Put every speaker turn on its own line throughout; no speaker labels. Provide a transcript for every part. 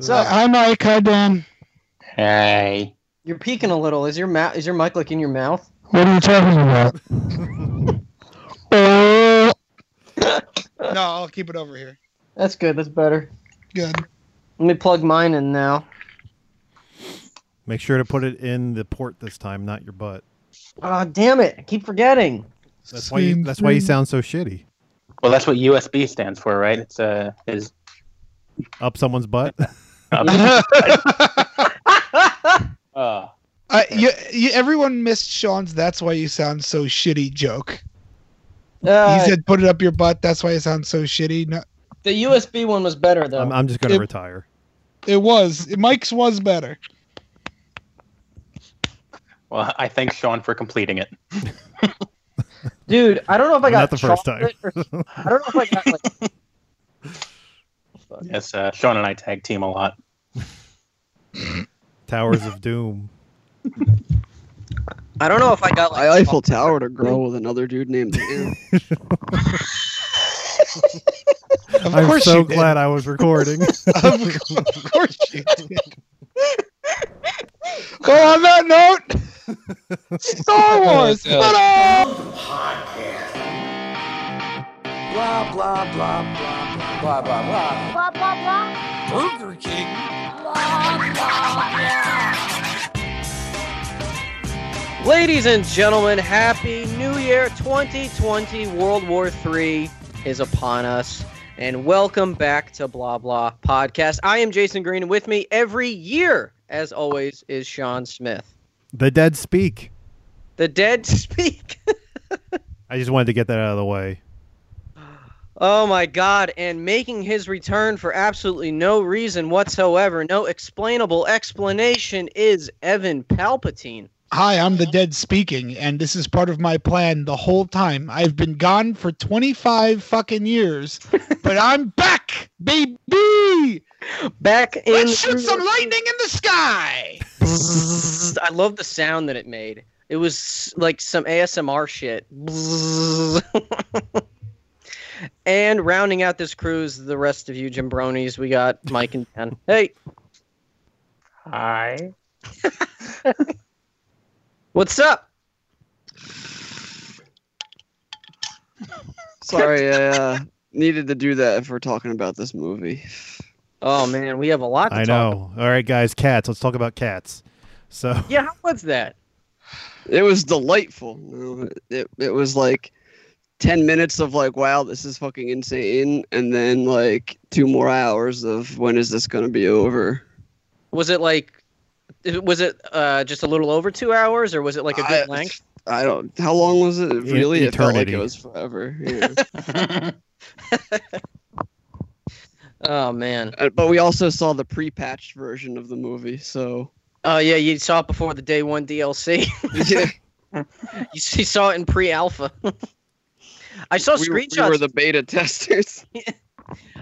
So
uh,
hi, Mike. Hi, Dan.
Hey.
You're peeking a little. Is your mouth? Is your mic like in your mouth?
What are you talking about? oh,
No, I'll keep it over here.
That's good. That's better.
Good.
Let me plug mine in now.
Make sure to put it in the port this time, not your butt.
Ah, damn it! I keep forgetting.
That's why. You, that's why you sound so shitty.
Well, that's what USB stands for, right? It's uh, is
Up someone's butt.
uh, uh,
Uh, you, you, everyone missed Sean's "That's why you sound so shitty" joke.
Uh,
he said, "Put it up your butt." That's why you sound so shitty. No,
the USB one was better though.
I'm, I'm just gonna
It-
retire.
it was Mike's was better.
well, I thank Sean for completing it.
Dude, I don't know if I
Not the
got
first
chocolate Or, I don't know if I got like. Fuck.
Yes, uh, Sean and I tag team a lot.
Towers of Doom.
I don't know if I got like.
I Eiffel Tower to grow with another dude named Dan.
Of
I'm
course
so
you
glad I was recording.
did. Of, co- of course you did. well, on that note, Star Wars.
Oh, God.
Ta-da!
Blah, blah, blah, blah, blah, blah, blah.
Blah, blah, blah.
Burger King.
Ladies and gentlemen, happy New Year 2020. World War III is upon us. And welcome back to Blah Blah Podcast. I am Jason Green, and with me every year, as always, is Sean Smith.
the dead speak.
The dead speak.
I just wanted to get that out of the way.
Oh my God. And making his return for absolutely no reason whatsoever, no explainable explanation, is Evan Palpatine.
Hi, I'm the dead speaking, and this is part of my plan the whole time. I've been gone for 25 fucking years, but I'm back, baby!
Back in.
Let's shoot some lightning in the sky!
Bzzz. I love the sound that it made. It was like some ASMR shit. Bzzz. and rounding out this cruise, the rest of you jimbronies, we got Mike and Dan. Hey,
Hi.
what's up?
Sorry, I uh, needed to do that if we're talking about this movie.
Oh man, we have a lot. To
I
talk about.
know. All right, guys, cats. Let's talk about cats. So
Yeah, how was that?
It was delightful. you know, It, it was like 10 minutes of like, wow, this is fucking insane. And then like two more hours of when is this going to be over?
Was it like? Was it uh, just a little over two hours, or was it like a good
I-
length?
I don't, how long was it? Really? It felt like
eternity.
it was forever. yeah.
Oh man.
Uh, but we also saw the pre patched version of the movie. So
Oh yeah, you saw it before the day one DLC.
yeah,
you see- saw it in pre-alpha. I saw
we, were- we
screenshots.
were the beta testers.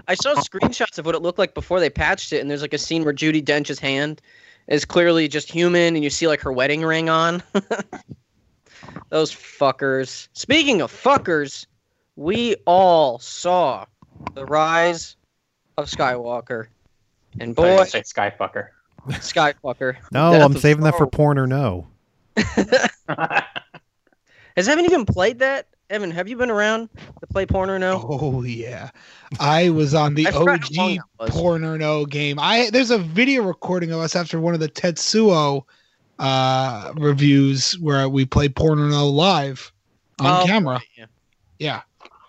I saw screenshots of what it looked like before they patched it, and there's like a scene where Judy Dench's hand is clearly just human, and you see like her wedding ring on. Those fuckers. Speaking of fuckers, we all saw the rise of Skywalker, and
I thought you were
boy,
gonna say Skyfucker.
Skyfucker
no,
Death
I'm
of
saving that for
Star
porn or no.
has Evan even played that? Evan, have you been around to play porn or no?
Oh, yeah. I was on the
I forgot how long
OG
that was.
Pornerno game. I There's a video recording of us after one of the Tetsuo uh, reviews where we play Pornerno live on
Oh,
camera.
yeah.
Um, Yeah.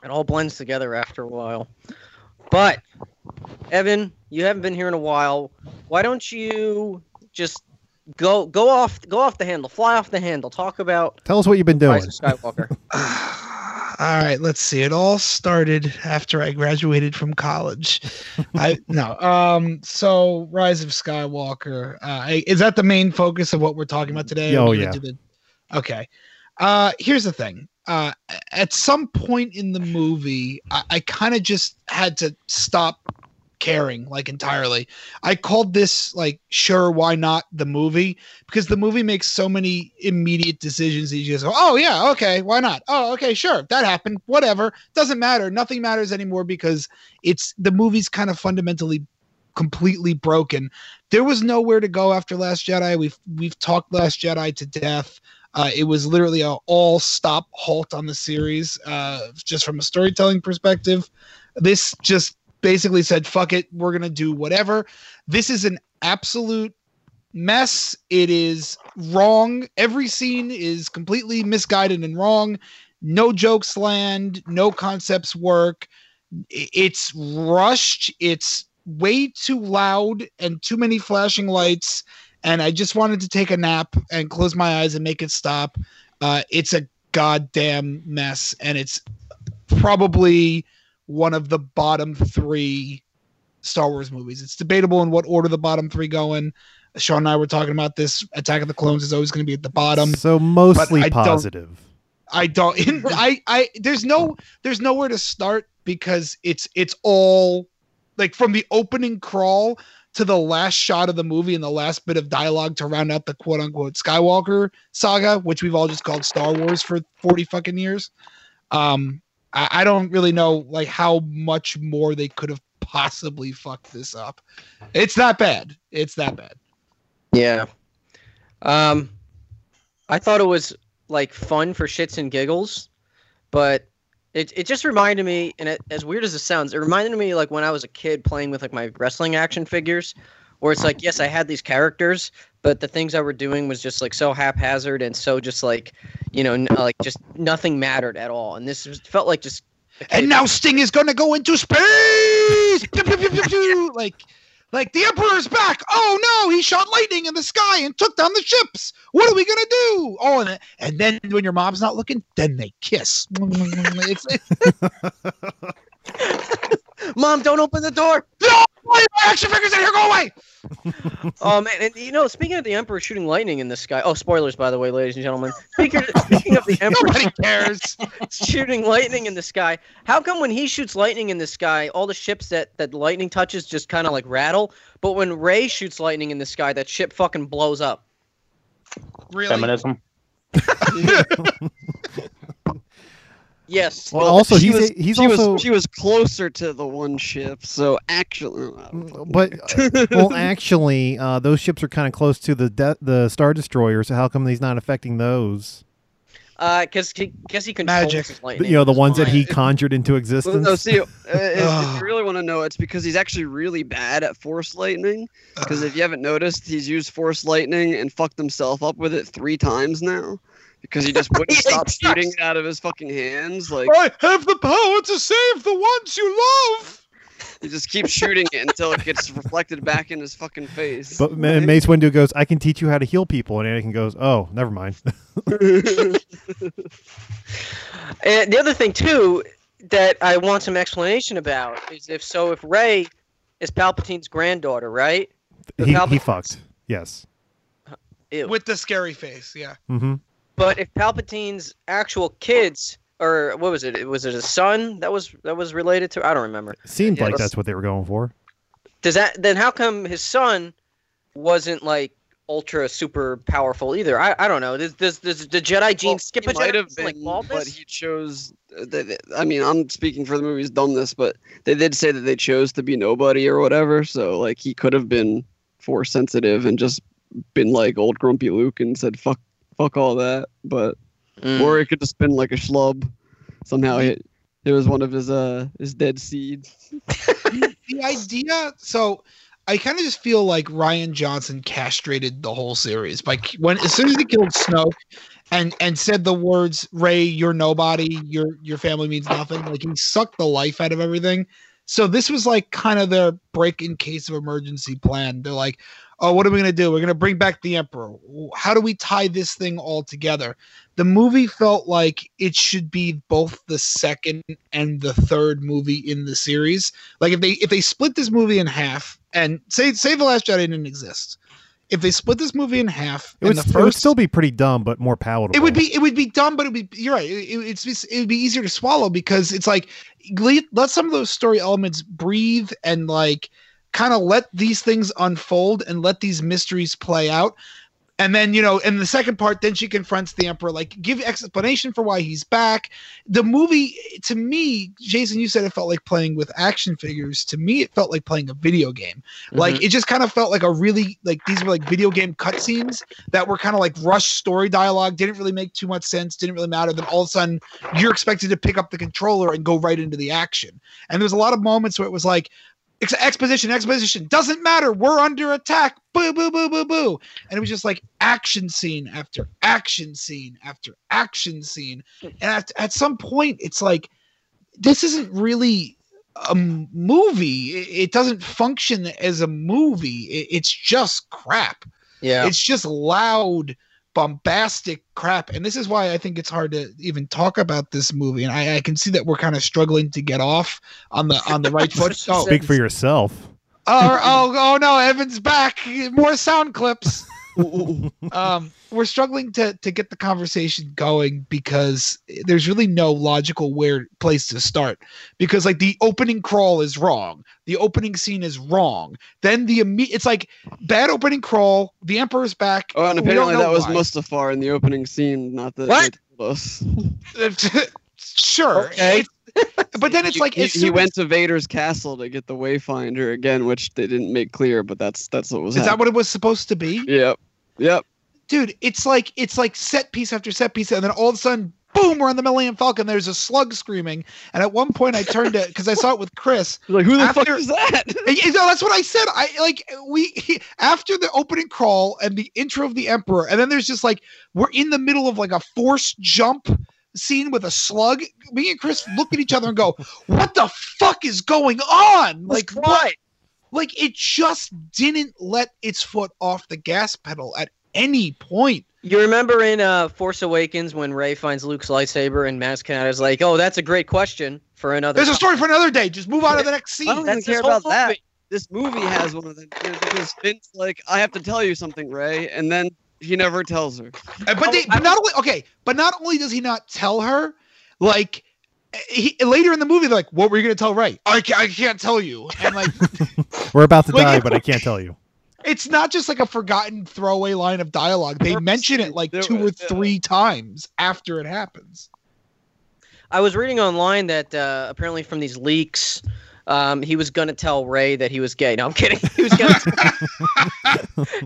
it all blends together after a while. But Evan, you haven't been here in a while. Why don't you just go go off go off the handle, fly off the handle, talk about
Tell us what you've been doing.
Rise of Skywalker.
All right, let's see. It all started after I graduated from college. I no. Um. So, Rise of Skywalker. Uh, I- is that the main focus of what we're talking about today?
Oh,
We're gonna
yeah.
do the- okay. Uh, here's the thing. Uh, at some point in the movie, I, I kind of just had to stop caring like entirely. I called this like sure why not the movie because the movie makes so many immediate decisions that you just go, oh yeah, okay, why not? Oh, okay, sure, that happened. Whatever, doesn't matter. Nothing matters anymore because it's the movie's kind of fundamentally completely broken. There was nowhere to go after Last Jedi. We've we've talked Last Jedi to death. Uh, it was literally a all stop halt on the series, uh, just from a storytelling perspective. This just basically said, "Fuck it, we're gonna do whatever." This is an absolute mess. It is wrong. Every scene is completely misguided and wrong. No jokes land. No concepts work. I- It's rushed. It's way too loud and too many flashing lights. And I just wanted to take a nap and close my eyes and make it stop. Uh, it's a goddamn mess. And it's probably one of the bottom three Star Wars movies. It's debatable in what order the bottom three go in. Sean and I were talking about this. Attack of the Clones is always going to be at the bottom.
so mostly
I don't-
positive.
I don't. I I there's no there's nowhere to start because it's it's all like from the opening crawl to the last shot of the movie and the last bit of dialogue to round out the quote unquote Skywalker saga, which we've all just called Star Wars for forty fucking years. Um, I, I don't really know like how much more they could have possibly fucked this up. It's that bad. It's that bad.
Yeah. Um, I thought it was like fun for shits and giggles, but it, it just reminded me, and it, as weird as it sounds, it reminded me like when I was a kid playing with like my wrestling action figures, where it's like, yes, I had these characters, but the things I were doing was just like so haphazard and so just like, you know, n- like just nothing mattered at all. And this was, felt like just. a
and
kid-
now Sting is gonna go into space. Pew, pew, pew, pew, pew. like, like the Emperor's back. Oh no, he shot lightning in the sky and took down the ships. What are we gonna do? Oh, and, and then when your mom's not looking, then they kiss. it's, it's
Mom, don't open the door.
no, why are my action figures in here. Go away.
Oh man, and you know, speaking of the Emperor shooting lightning in the sky. Oh, spoilers, by the way, ladies and gentlemen. Speaking speaking of the Emperor
Nobody cares.
shooting lightning in the sky, how come when he shoots lightning in the sky, all the ships that that lightning touches just kind of like rattle, but when Ray shoots lightning in the sky, that ship fucking blows up?
Really?
Feminism.
Yes.
Well, also
she
he's
was,
a- he's
she
also
was, she was closer to the one ship, so actually, uh,
Mm, but uh, well, actually, uh, those ships are kind of close to the de- the star destroyer. So how come he's not affecting those?
Uh, because he, cause he controls
Magic.
his
The-
lightning.
you know, the
It's
ones that he
fine.
conjured into
Well, no,
existence.
see, uh, if, if you really want to know, it's because he's actually really bad at force lightning.
Uh,
Because if you haven't noticed, he's used force lightning and fucked himself up with it three times now. Because he just wouldn't stop shooting it out of his fucking hands. Like
I have the power to save the ones you love.
he just keeps shooting it until it gets reflected back in his fucking face.
But Ma- Mace Windu goes, "I can teach you how to heal people," and Anakin goes, "Oh, never mind."
And the other thing too that I want some explanation about is if so, if Ray is Palpatine's granddaughter, right? The
he, he
Palpatines.
fucked. Yes.
Ew.
With the scary face, yeah.
Mm-hmm.
But if Palpatine's actual kids, or what was it? Was it a son that was that was related to? I don't remember.
Seemed
Yeah,
like
that's-
that's what they were going for.
Does that then? How come his son wasn't like ultra super powerful either? I, I don't know. Does does, does the Jedi gene
Well,
skip
he
a
might have
generation, like
been, but
baldness?
he chose. They, they- I mean, I'm speaking for the movie's dumbness, but they did say that they chose to be nobody or whatever. So like, he could have been force sensitive and just been like old grumpy Luke and said fuck, fuck all that. But
Hmm.
Mm.
or it could just been like a schlub. Somehow it it was one of his uh his dead seeds.
the idea so i kind of just feel like ryan johnson castrated the whole series like when as soon as he killed snoke and and said the words ray you're nobody your your family means nothing like he sucked the life out of everything so this was like kind of their break in case of emergency plan they're like oh what are we going to do we're going to bring back the emperor how do we tie this thing all together the movie felt like it should be both the second and the third movie in the series like if they if they split this movie in half and say say the last Jedi didn't exist, if they split this movie in half,
It would,
and the
st-
first
it would still be pretty dumb, but more palatable.
it would be it would be dumb, but it would be you're right. It, it- it's just- it would be easier to swallow because it's like let, let some of those story elements breathe and like kind of let these things unfold and let these mysteries play out. And then, you know, in the second part, then she confronts the emperor, like, give explanation for why he's back. The movie, to me, Jason, you said it felt like playing with action figures. To me, it felt like playing a video game.
Mm-hmm.
Like, it just kind of felt like a really, like, these were like video game cutscenes that were kind of like rushed story dialogue, didn't really make too much sense, didn't really matter. Then all of a sudden, you're expected to pick up the controller and go right into the action. And there's a lot of moments where it was like, ex- exposition, exposition, doesn't matter, we're under attack, boo, boo, boo, boo, boo. And it was just like action scene after action scene after action scene. And at, at some point, it's like, this isn't really a m- movie. It, it doesn't function as a movie. It- it's just crap.
Yeah.
It's just loud, bombastic crap. And this is why I think it's hard to even talk about this movie. And I, I can see that we're kind of struggling to get off on the on the right foot. Oh,
Speak for yourself.
oh, oh, oh no, Evan's back. More sound clips. um, we're struggling to to get the conversation going because there's really no logical where place to start. Because like the opening crawl is wrong, the opening scene is wrong. Then the imme- it's like bad opening crawl. The emperor's back.
Oh, and
We don't
apparently
know
that was
why.
Mustafar in the opening scene, not the
What?
not the bus.
sure.
Okay.
It's- but then it's like
he,
as
he
soon
went to Vader's castle to get the Wayfinder again, which they didn't make clear, but that's that's what was.
as- Is that
happening.
what it was supposed to be?
Yep. Yep.
dude, it's like it's like set piece after set piece, and then all of a sudden, boom, we're on the Millennium Falcon. There's a slug screaming, and at one point, I turned to because I saw it with Chris.
Like who the fuck
After-
is that?
And, you know, that's what I said. I like we after the opening crawl and the intro of the Emperor, and then there's just like we're in the middle of like a forced jump scene with a slug. Me and Chris look at each other and go, "What the fuck is going on?" Like what? Like it just didn't let its foot off the gas pedal at any point.
You remember in uh, Force Awakens when Ray finds Luke's lightsaber and Maz Kanata's like, "Oh, that's a great question for another."
There's a story for another day. Just move on to the next
I
scene.
don't
That's
even care
this whole
about that.
movie.
This movie has one of them because Finn's like, I have to tell you something, Ray, and then he never tells her.
Uh, But they, but not only okay, but not only does he not tell her, like eh, he, later in the movie, they're like, "What were you gonna tell Ray?" I can't, I can't tell you. And like,
We're about to
Like-
die, but I can't tell you.
it's not just like a forgotten throwaway line of dialogue. They
Purposely
mention it like
do
two or
it, yeah.
three times after it happens.
I was reading online that uh, apparently from these leaks, um, he was gonna tell Ray that he was gay. No, I'm kidding. He was gonna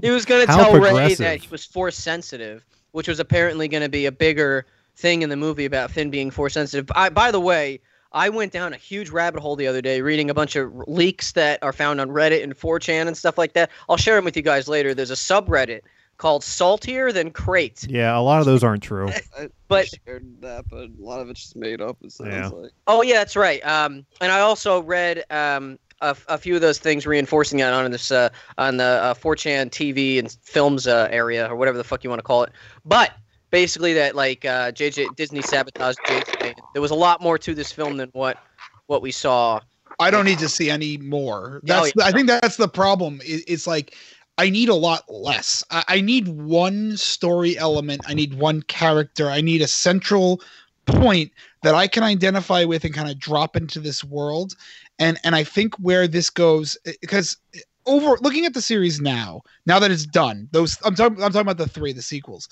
he was gonna
How
tell Ray
progressive.
that he was force sensitive, which was apparently gonna be a bigger thing in the movie about Finn being force sensitive. I, by the way, I went down a huge rabbit hole the other day reading a bunch of r- leaks that are found on Reddit and 4chan and stuff like that. I'll share them with you guys later. There's a subreddit called Saltier Than Crate.
Yeah, a lot of those aren't true.
I
But-
shared that, but a lot of it's just made up. It sounds
Yeah.
like.
Oh yeah, that's right. Um, and I also read um, a, a few of those things reinforcing that on this uh, on the uh, 4chan TV and films uh, area or whatever the fuck you want to call it. But basically, that like uh, JJ Disney sabotaged JJ. There was a lot more to this film than what what we saw.
I don't need to see any more. That's
yeah.
I think that's the problem. It, it's like I need a lot less. I, I need one story element. I need one character. I need a central point that I can identify with and kind of drop into this world. And and I think where this goes because over looking at the series now, now that it's done, those I'm talking I'm talking about the three, the sequels.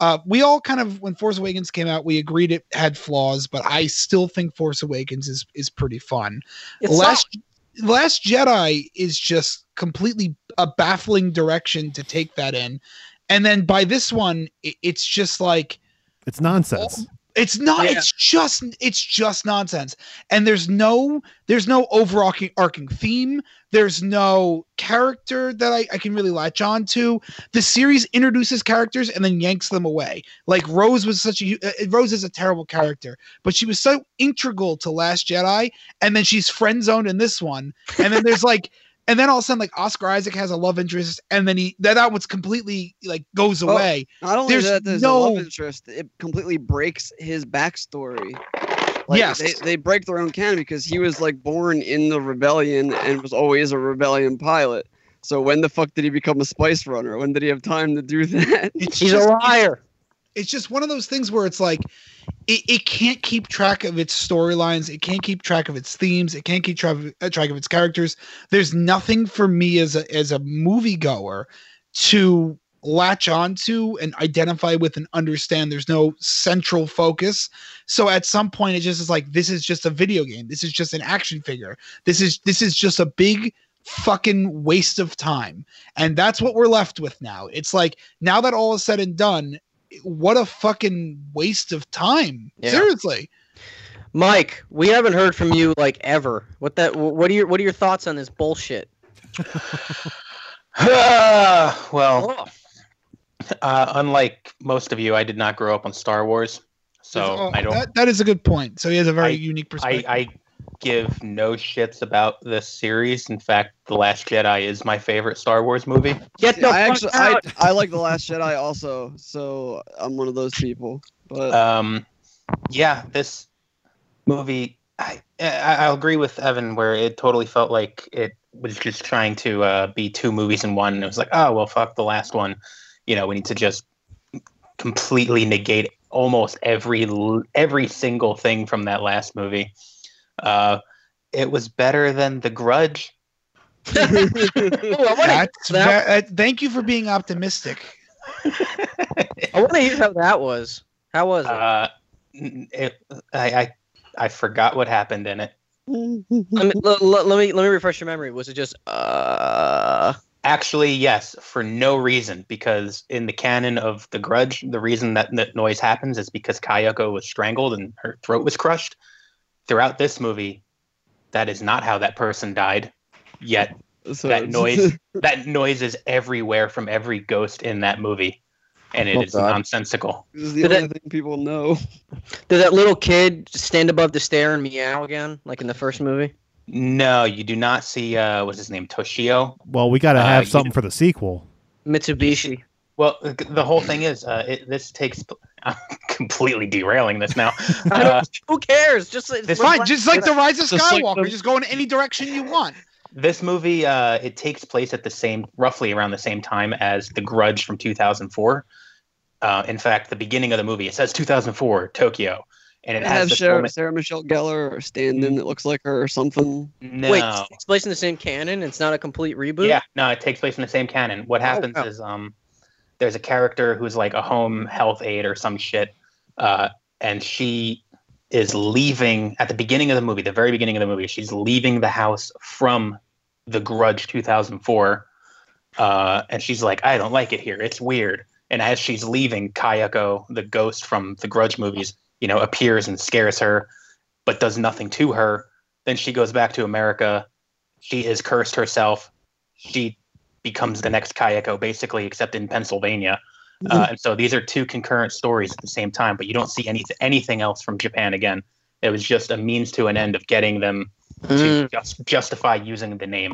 Uh, we all kind of when Force Awakens came out, we agreed it had flaws, but I still think Force Awakens is is pretty fun. Last Last Jedi is just completely a baffling direction to take that in, and then by this one, it, it's just like
It's nonsense.
it's not.
Yeah.
It's just it's just nonsense, and there's no there's no overarching arcing theme. There's no character that I, I can really latch on to. The series introduces characters and then yanks them away. Like Rose was such a hu- uh, Rose is a terrible character, but she was so integral to Last Jedi, and then she's friend zoned in this one, and then there's like. And then all of a sudden, like Oscar Isaac has a love interest, and then he that, that one's completely like goes
Oh,
away.
Not only
There's
that, there's
no-
a love interest. It completely breaks his backstory. Like,
Yes.
they, they break their own canon because he was like born in the rebellion and was always a rebellion pilot. So when the fuck did he become a spice runner? When did he have time to do that?
It's
he's
just-
a liar.
it's just one of those things where it's like it, it can't keep track of its storylines it can't keep track of its themes it can't keep track of, uh, track of its characters there's nothing for me as a as a moviegoer to latch onto and identify with and understand. There's no central focus. So at some point, it just is like this is just a video game. This is just an action figure. This is this is just a big fucking waste of time. And that's what we're left with now. It's like now that all is said and done, what a fucking waste of time.
Yeah.
Seriously.
Mike, we haven't heard from you like ever. What that? What are your What are your thoughts on this bullshit?
Ah, well,
Oh,
uh, unlike most of you, I did not grow up on Star Wars, so
That's- oh,
I don't.
that- that is a good point. So he has a very
I-
unique
I,
perspective.
I give no shits about this series. In fact, The Last Jedi is my favorite Star Wars movie.
get the
I
fuck
actually I,
out!
I like The Last Jedi also, so I'm one of those people. But
Um, yeah, this movie, I, I I'll agree with Evan where it totally felt like it was just trying to uh, be two movies in one. And it was like, oh well, fuck the last one. You know, we need to just completely negate almost every l- every single thing from that last movie. Uh, it was better than The Grudge.
Ooh, Oh, I want to.
That's
that-
ve- uh, thank you for being optimistic.
I want to hear how that was. How was it?
Uh, n- it, I, I I forgot what happened in it.
I mean, l- l- let me let me refresh your memory. Was it just uh?
Actually, yes, for no reason, because in the canon of The Grudge, the reason that that noise happens is because Kayako was strangled and her throat was crushed. Throughout this movie, that is not how that person died. Yet
so
that noise, that noise is everywhere from every ghost in that movie, and it is
Oh, God.
nonsensical.
is the
Did
only
it-
thing people know.
Did that little kid stand above the stair and meow again, like in the first movie?
No, you do not see. Uh, what's his name? Toshio.
Well, we got to
Uh,
have
you-
something for the sequel.
Mitsubishi.
Well, the- the whole thing is, uh, it, this takes. I'm completely derailing this now.
I
Uh,
don't, who cares? Just it's
It's
Fine, just like the Rise of
Just like
Skywalker,
the-
just go in any direction you want.
This movie, uh, it takes place at the same, roughly around the same time as The Grudge from 2004. Uh, in fact, the beginning of the movie, it says 2004 Tokyo, and it
It
has
have
the
Sarah,
moment-
Sarah Michelle Gellar or
Mm-hmm.
Stanton that looks like her or something.
No,
Wait, it takes place in the same canon. It's not a complete reboot. Oh,
yeah, no, it takes place in the same canon. What happens
wow.
is, um, there's a character who's like a home health aide or some shit, uh, and she is leaving at the beginning of the movie, the very beginning of the movie. She's leaving the house from The Grudge 2004, uh, and she's like, "I don't like it here. It's weird." And as she's leaving, Kayako, the ghost from The Grudge movies, you know, appears and scares her, but does nothing to her. Then she goes back to America. She is cursed herself. She becomes the next Kayako, basically, except in Pennsylvania. Uh, and so these are two concurrent stories at the same time, but you don't see any anything else from Japan again. It was just a means to an end of getting them
Mm.
to just, justify using the name.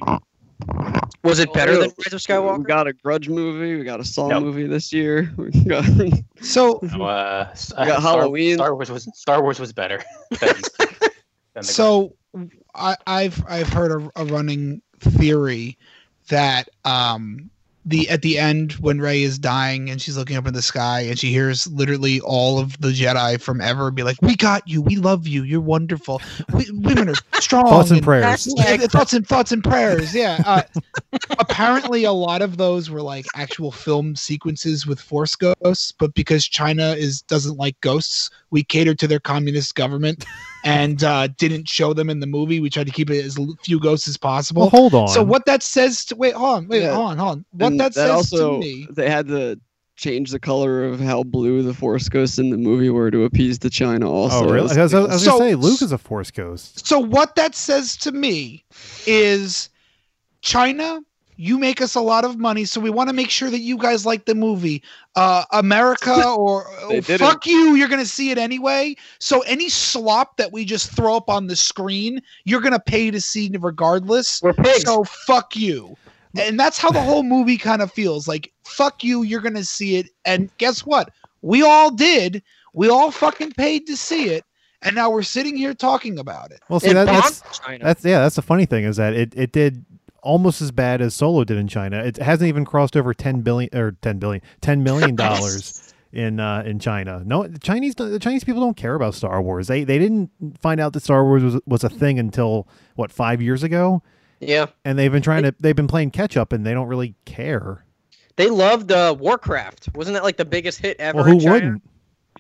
Was it better than
Well,
Oh, Rise of
We
Skywalker?
got a Grudge movie. We got a Saw
Nope.
movie this year. We got, we
So,
So, uh, s-
got
uh, Star,
Halloween.
Star Wars was Star Wars was better. Than, than the
so I, I've I've heard a, a running theory that um the at the end when Ray is dying and she's looking up in the sky and she hears literally all of the Jedi from ever be like, "We got you. We love you. You're wonderful. We, women are strong."
Thoughts and
Oh, and-
prayers.
Yeah, the thoughts and thoughts and prayers. Yeah. Uh, apparently, a lot of those were like actual film sequences with force ghosts, but because China is doesn't like ghosts, we catered to their communist government and uh, didn't show them in the movie. We tried to keep it as l- few ghosts as
Well,
possible.
hold on.
so what that says to wait, hold on, wait,
Yeah.
hold on, hold on. What that, says to me.
they had to change the color of how blue the Force Ghosts in the movie were to appease the China. Also,
oh,
It
really?
was
I was, I
like-
was
So-
gonna say Luke is a Force ghost.
So what that says to me is China, you make us a lot of money, so we want to make sure that you guys like the movie. Uh, America or
They
oh,
didn't.
fuck you, you're gonna see it anyway. So any slop that we just throw up on the screen, you're gonna pay to see regardless.
We're pigs.
So fuck you. And that's how the whole movie kind of feels. Like fuck you, you're gonna see it. And guess what? We all did. We all fucking paid to see it. And now we're sitting here talking about it.
Well, see
It
that, that's
bombed China.
that's yeah. That's the funny thing is that it it did almost as bad as Solo did in China. It hasn't even crossed over ten billion or ten billion, ten million dollars in uh, in China. No, the Chinese the Chinese people don't care about Star Wars. They they didn't find out that Star Wars was, was a thing until what five years ago,
yeah.
and they've been trying to they've been playing catch up, and they don't really care.
They loved uh, Warcraft. Wasn't that like the biggest hit ever?
Well, who
in China?
wouldn't?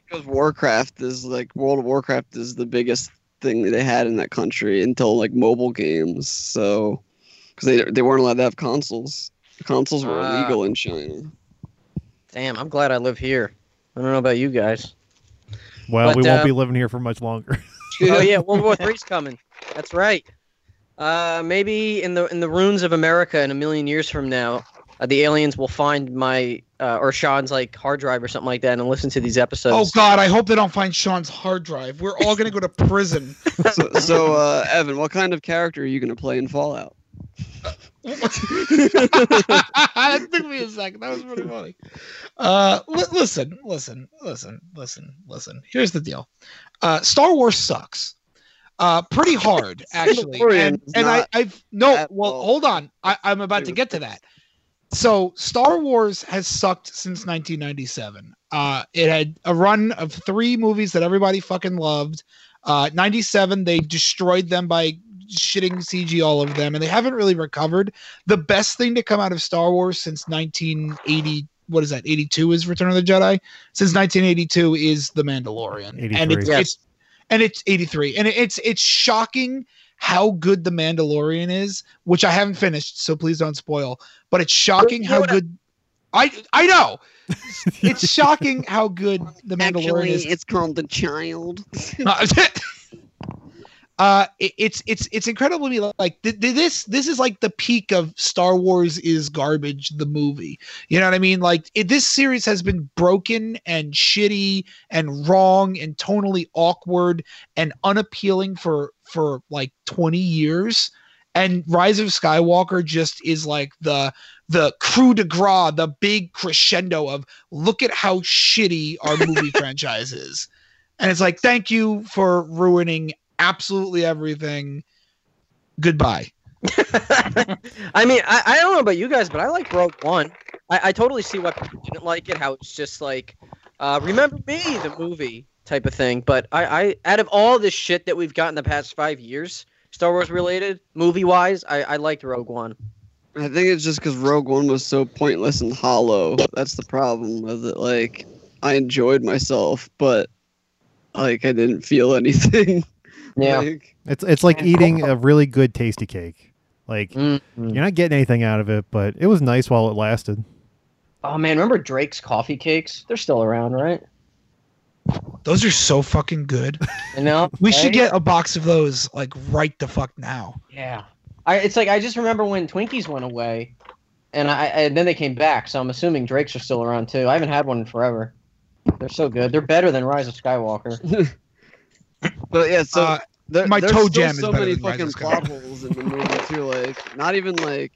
because Warcraft is like World of Warcraft is the biggest thing that they had in that country until like mobile games. So because they they weren't allowed to have consoles. Consoles were
Ah.
illegal in China.
Damn, I'm glad I live here. I don't know about you guys.
Well,
But,
we won't
uh,
be living here for much longer.
oh yeah, World War Three's coming. That's right. Uh, maybe in the in the ruins of America in a million years from now, uh, the aliens will find my uh, or Sean's like hard drive or something like that and listen to these episodes.
Oh God, I hope they don't find Sean's hard drive. We're all gonna go to prison.
so, so uh, Evan, what kind of character are you gonna play in Fallout?
that took me a second. That was pretty funny. Uh, li- listen, listen, listen, listen, listen. Here's the deal. Uh, Star Wars sucks. Uh, pretty hard actually.
Mandalorian
And,
is
and I,
not
I've no.
at
Well,
all
hold on. I, I'm about to
dude.
get to that. So Star Wars has sucked since 1997. Uh, it had a run of three movies that everybody fucking loved. Uh, 97, they destroyed them by shitting CG all of them, and they haven't really recovered. The best thing to come out of Star Wars since 1980, what is that? 82 is Return of the Jedi. Since 1982 is The Mandalorian, and
83.
it's, it's and it's 83, and it's it's shocking how good The Mandalorian is, which I haven't finished, so please don't spoil. But it's shocking how good. I I know. it's shocking how good The Mandalorian is.
it's called the Child.
Uh, uh, it, it's it's it's incredible to me. Like th- th- this, this is like the peak of Star Wars is garbage. The movie, you know what I mean? Like it, this series has been broken and shitty and wrong and tonally awkward and unappealing for for like twenty years. And Rise of Skywalker just is like the the coup de grace, the big crescendo of look at how shitty our movie franchise is. And it's like, thank you for ruining absolutely everything. Goodbye.
I mean, I, I don't know about you guys, but I like Rogue One. I, I totally see why people didn't like it. How it's just like, uh, remember me, the movie type of thing. But I, I, out of all this shit that we've gotten the past five years, Star Wars related, movie wise, I, I liked Rogue One.
I think it's just because Rogue One was so pointless and hollow. That's the problem with it. Like, I enjoyed myself, but like I didn't feel anything. Like,
It's it's like eating a really good tasty cake. Like
Mm.
you're not getting anything out of it, but it was nice while it lasted.
Oh man, remember Drake's coffee cakes? They're still around, right?
Those are so fucking good.
You know,
We should
right?
get a box of those like right the fuck now.
Yeah, I, it's like I just remember when Twinkies went away, and I and then they came back. So I'm assuming Drakes are still around too. I haven't had one in forever. They're so good. They're better than Rise of Skywalker.
but yeah, so
uh,
there,
my
there's
toe
still
jam is
so
better
many
than Rise
fucking
of
plot holes in the movie too. Like, not even like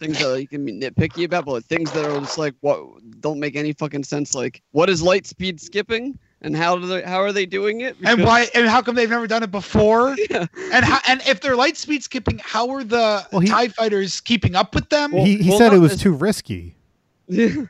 things that like, you can be nitpicky about, but like, things that are just like what don't make any fucking sense. Like, what is light speed skipping, and how do they how are they doing it?
and
Because-
why? And how come they've never done it before?
Yeah.
And how, and if they're light speed skipping, how are the
Well, he-
Tie Fighters keeping up with them?
Well-
he he
well,
said it
not
was
as-
too risky.
Yeah,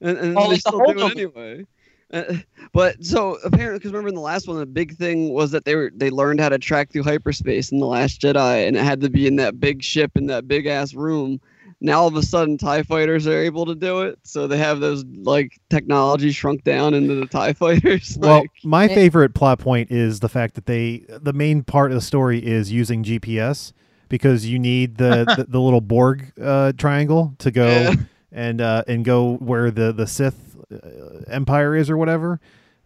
and, and
Well,
they
it's the
still do
holdover.
it anyway. Uh, but so apparently, because remember in the last one, the big thing was that they were they learned how to track through hyperspace in the Last Jedi, and it had to be in that big ship in that big ass room. Now all of a sudden, Tie fighters are able to do it, so they have those like technology shrunk down into the Tie fighters.
Well,
like,
my
it-
favorite plot point is the fact that they the main part of the story is using GPS because you need the the, the little Borg uh, triangle to go
Yeah.
and uh, and go where the the Sith uh, Empire is or whatever.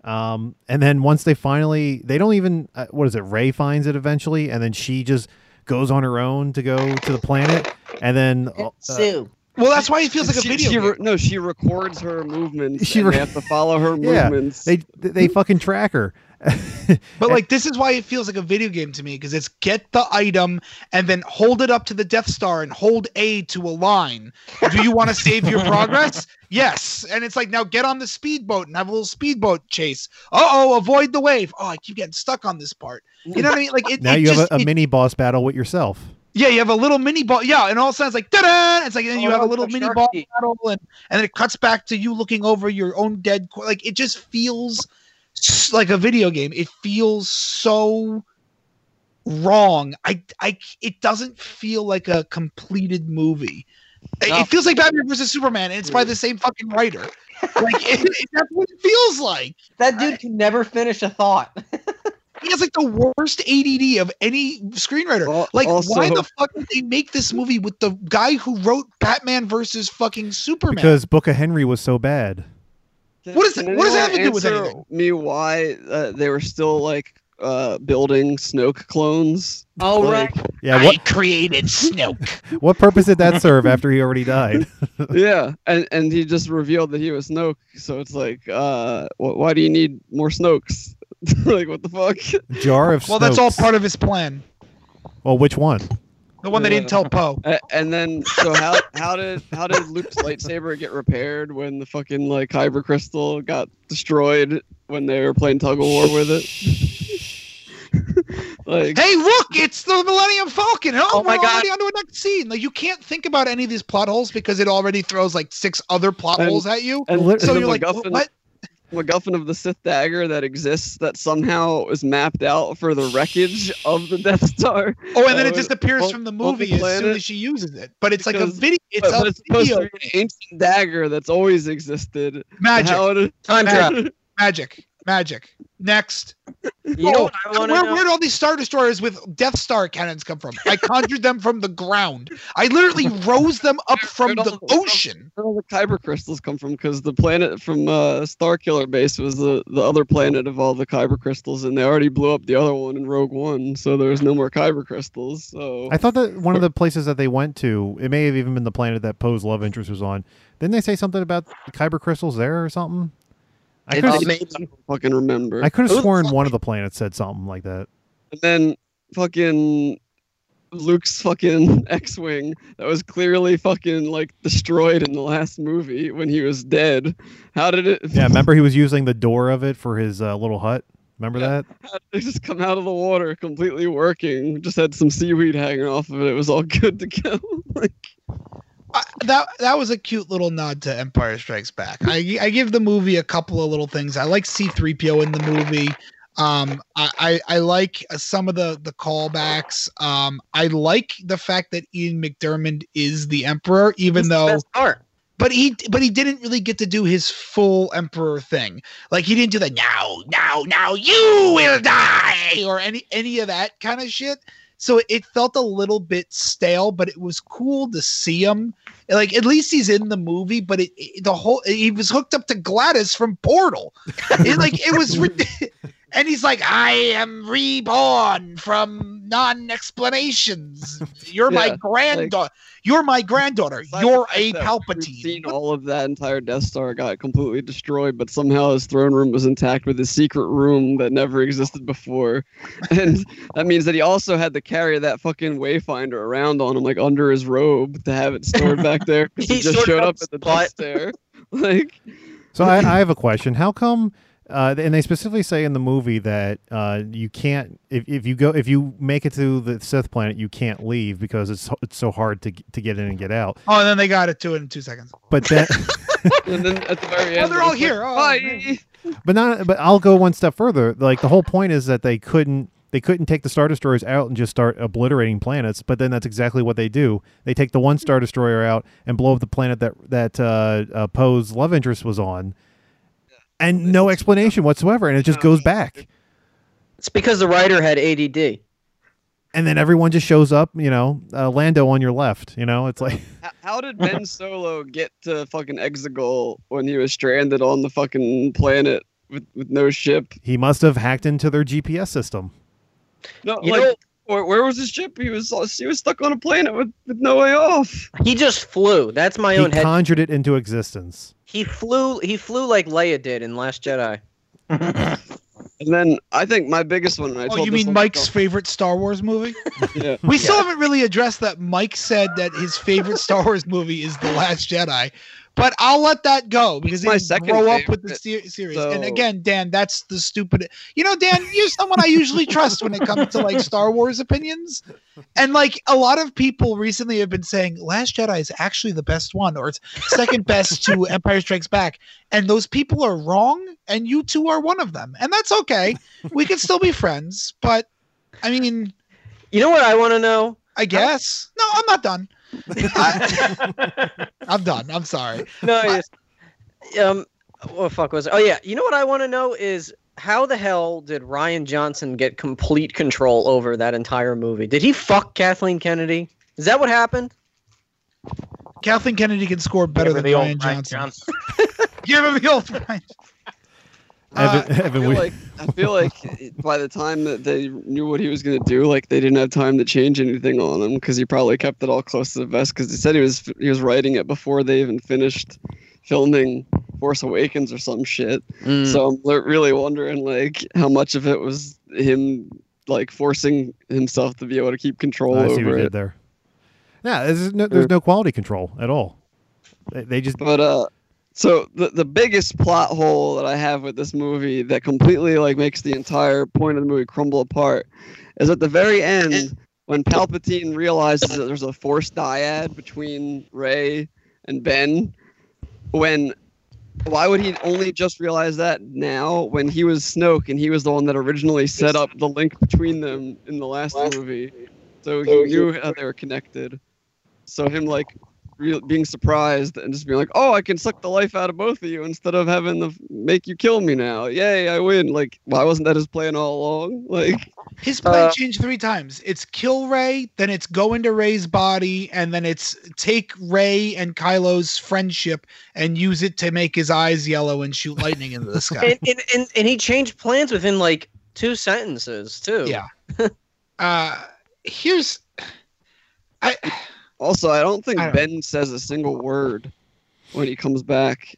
Um, and then once they finally they don't even uh, what is it Ray finds it eventually and then she just goes on her own to go to the planet and then uh,
Sue.
well, that's why it feels like a
she-
video.
she
game.
re- no, she records her movements.
She
She
re-
they have to follow her
Yeah,
movements.
they they fucking track her.
But like this is why it feels like a video game to me because it's get the item and then hold it up to the Death Star and hold A to a line. Do you want to save your progress? Yes. And it's like now get on the speedboat and have a little speedboat chase. Uh oh, avoid the wave. Oh, I keep getting stuck on this part. You know what I mean? Like it,
Now
it
you
just,
have a, a
it-
mini boss battle with yourself.
yeah, you have a little mini ball. Yeah, and all of a sudden it's like da da. It's like and then you
Oh,
have a
it's
little
a
mini
shark
ball
teeth.
battle, and and then it cuts back to you looking over your own dead. Co- like it just feels s- like a video game. It feels so wrong. I I it doesn't feel like a completed movie. It-
No.
It feels like Batman versus Superman, and it's by the same fucking writer. Like it, it- that's what it feels like.
That dude can never finish a thought.
He has like the worst ADD of any screenwriter.
Al-
Like,
also,
why the fuck did they make this movie with the guy who wrote Batman versus fucking Superman?
because Book of Henry was so bad.
What does-
Can
what does that
anyone
have to do with
answer
anything?
Me, why uh, they were still like uh, building Snoke clones?
Oh
Like,
Yeah, what
created Snoke.
what purpose did that serve after he already died?
yeah, and and he just revealed that he was Snoke. So it's like, uh, wh- why do you need more Snokes? like, what the fuck?
Jar of
well, that's all
Snopes.
part of his plan.
Well, which one?
The one they didn't tell Poe.
A- and then, so how how did how did Luke's lightsaber get repaired when the fucking like hyper crystal got destroyed when they were playing tug of war with it? like,
Hey, look, it's the Millennium Falcon. Oh,
Oh my
we're
God.
already onto a next scene. Like you can't think about any of these plot holes because it already throws like six other plot
And-
holes at you.
and
Lit-
So
the
you're like,
MacGuffin-
what?
MacGuffin of the Sith dagger that exists that somehow is mapped out for the wreckage of the Death Star.
Oh, and then
Uh,
it disappears
Mul-
from the movie as soon
Multiplanet?
as she uses it. But it's like a
Because-
video. It's
But- but
a
it's supposed
video.
to be an ancient dagger that's always existed.
Magic,
How did-
Time trap.
magic, magic. Next.
You know what I
So
want to
where,
know?
where did all these Star Destroyers with Death Star cannons come from? I conjured them from the ground. I literally rose them up from
Where'd
the
all the-
ocean.
where all the kyber crystals come from because the planet from uh, Star Killer Base was the, the other planet of all the kyber crystals, and they already blew up the other one in Rogue One, so there was no more kyber crystals. So
I thought that one of the places that they went to, it may have even been the planet that Poe's love interest was on. Didn't they say something about the kyber crystals there or something? I
It
could have
did.
Maybe.
I don't fucking remember.
I could
Who
Oh,
have
the
sworn
fuck-
one of the planets said something like that.
And then fucking Luke's fucking X-wing that was clearly fucking like destroyed in the last movie when he was dead. How did it?
Yeah, remember he was using the door of it for his uh, little hut. Remember
Yeah.
that?
how did it just come out of the water completely working? Just had some seaweed hanging off of it. It was all good to go. like,
I, that that was a cute little nod to Empire Strikes Back. I I give the movie a couple of little things. I like C-3PO in the movie. Um, I, I I like uh, some of the the callbacks. Um, I like the fact that Ian McDermott is the Emperor, even
It's the
though
best part.
but he but he didn't really get to do his full emperor thing like he didn't do the now now now you will die or any any of that kind of shit so it felt a little bit stale but it was cool to see him like at least he's in the movie but it, it- the whole he was hooked up to gladys from portal it, like it was rid- and he's like i am reborn from non-explanations you're
Yeah,
my
like-
granddaughter you're my granddaughter
Aside from
you're
the fact
a
that We've
palpatine
seen all of that entire Death Star got completely destroyed, but somehow his throne room was intact with his secret room that never existed before. And that means that he also had to carry that fucking wayfinder around on him, like under his robe, to have it stored back there. 'cause
He
he just
stored it
showed
up
up
his
at the
butt.
Death Star. Like,
So I, I have a question. How come? Uh, and they specifically say in the movie that uh, you can't if, if you go if you make it to the Sith planet you can't leave because it's it's so hard to to get in and get out.
Oh, and then they got it to it in two seconds.
But then
and then at the very end,
Oh,
it
they're all
was like,
here. Oh, man.
Bye.
but not but I'll go one step further. Like the whole point is that they couldn't they couldn't take the star destroyers out and just start obliterating planets. But then that's exactly what they do. They take the one star destroyer out and blow up the planet that that uh, uh, Poe's love interest was on, and no explanation whatsoever. And it just goes back.
It's because the writer had ADD.
And then everyone just shows up. You know, uh, Lando on your left. You know, it's like
H- How did Ben Solo get to fucking Exegol when he was stranded on the fucking planet with, with no ship?
he must have hacked into their GPS system.
No,
You
like,
know-
where, where was his ship? He was he was stuck on a planet with, with no way off.
He just flew. That's my
He
own head.
conjured it into existence.
he flew. He flew like Leia did in Last Jedi.
And then I think my biggest one. and I
Oh,
told
you
this
mean
on the
Mike's favorite Star Wars movie?
show- Yeah.
We still haven't really addressed that Mike said that his favorite Star Wars movie is The Last Jedi, but I'll let that go because
my
he didn't
second
grow up with the
favorite,
se- series.
so-
And again, Dan, that's the stupid. You know, Dan, you're someone I usually trust when it comes to like Star Wars opinions, and like a lot of people recently have been saying Last Jedi is actually the best one or it's second best to Empire Strikes Back, and those people are wrong, and you two are one of them, and that's okay. We can still be friends, but I mean.
You know what I want to know?
I guess. No, I'm not done. I'm done. I'm sorry.
no, it's- um, what the fuck was? Oh yeah, you know what I want to know is how the hell did Ryan Johnson get complete control over that entire movie? Did he fuck Kathleen Kennedy? Is that what happened?
Kathleen Kennedy can score better
Remember
than
the old
Ryan Johnson.
Ryan Johnson.
Give him the old Ryan. Uh,
Evan,
I
Evan
feel
we,
like I feel like by the time that they knew what he was gonna do, like they didn't have time to change anything on him because he probably kept it all close to the vest because he said he was he was writing it before they even finished filming Force Awakens or some shit.
Hmm.
Mm.
So I'm le- really wondering like how much of it was him like forcing himself to be able to keep control
I see what
over
you
it.
did there. Yeah, this is no, there's no quality control at all. They, they just
But uh so the the biggest plot hole that I have with this movie that completely like makes the entire point of the movie crumble apart is at the very end when Palpatine realizes that there's a force dyad between Ray and Ben when why would he only just realize that now when he was Snoke and he was the one that originally set up the link between them in the last movie? So he knew how they were connected. So him like real, being surprised and just being like, "Oh, I can suck the life out of both of you instead of having the make you kill me now. Yay, I win!" Like, why wasn't that his plan all along? Like,
His plan
Uh,
changed three times. It's kill Ray, then it's go into Ray's body, and then it's take Ray and Kylo's friendship and use it to make his eyes yellow and shoot lightning into the sky.
and, and, and and he changed plans within like two sentences too.
Yeah. uh, here's, I
also, I don't think
I don't-
Ben says a single word when he comes back.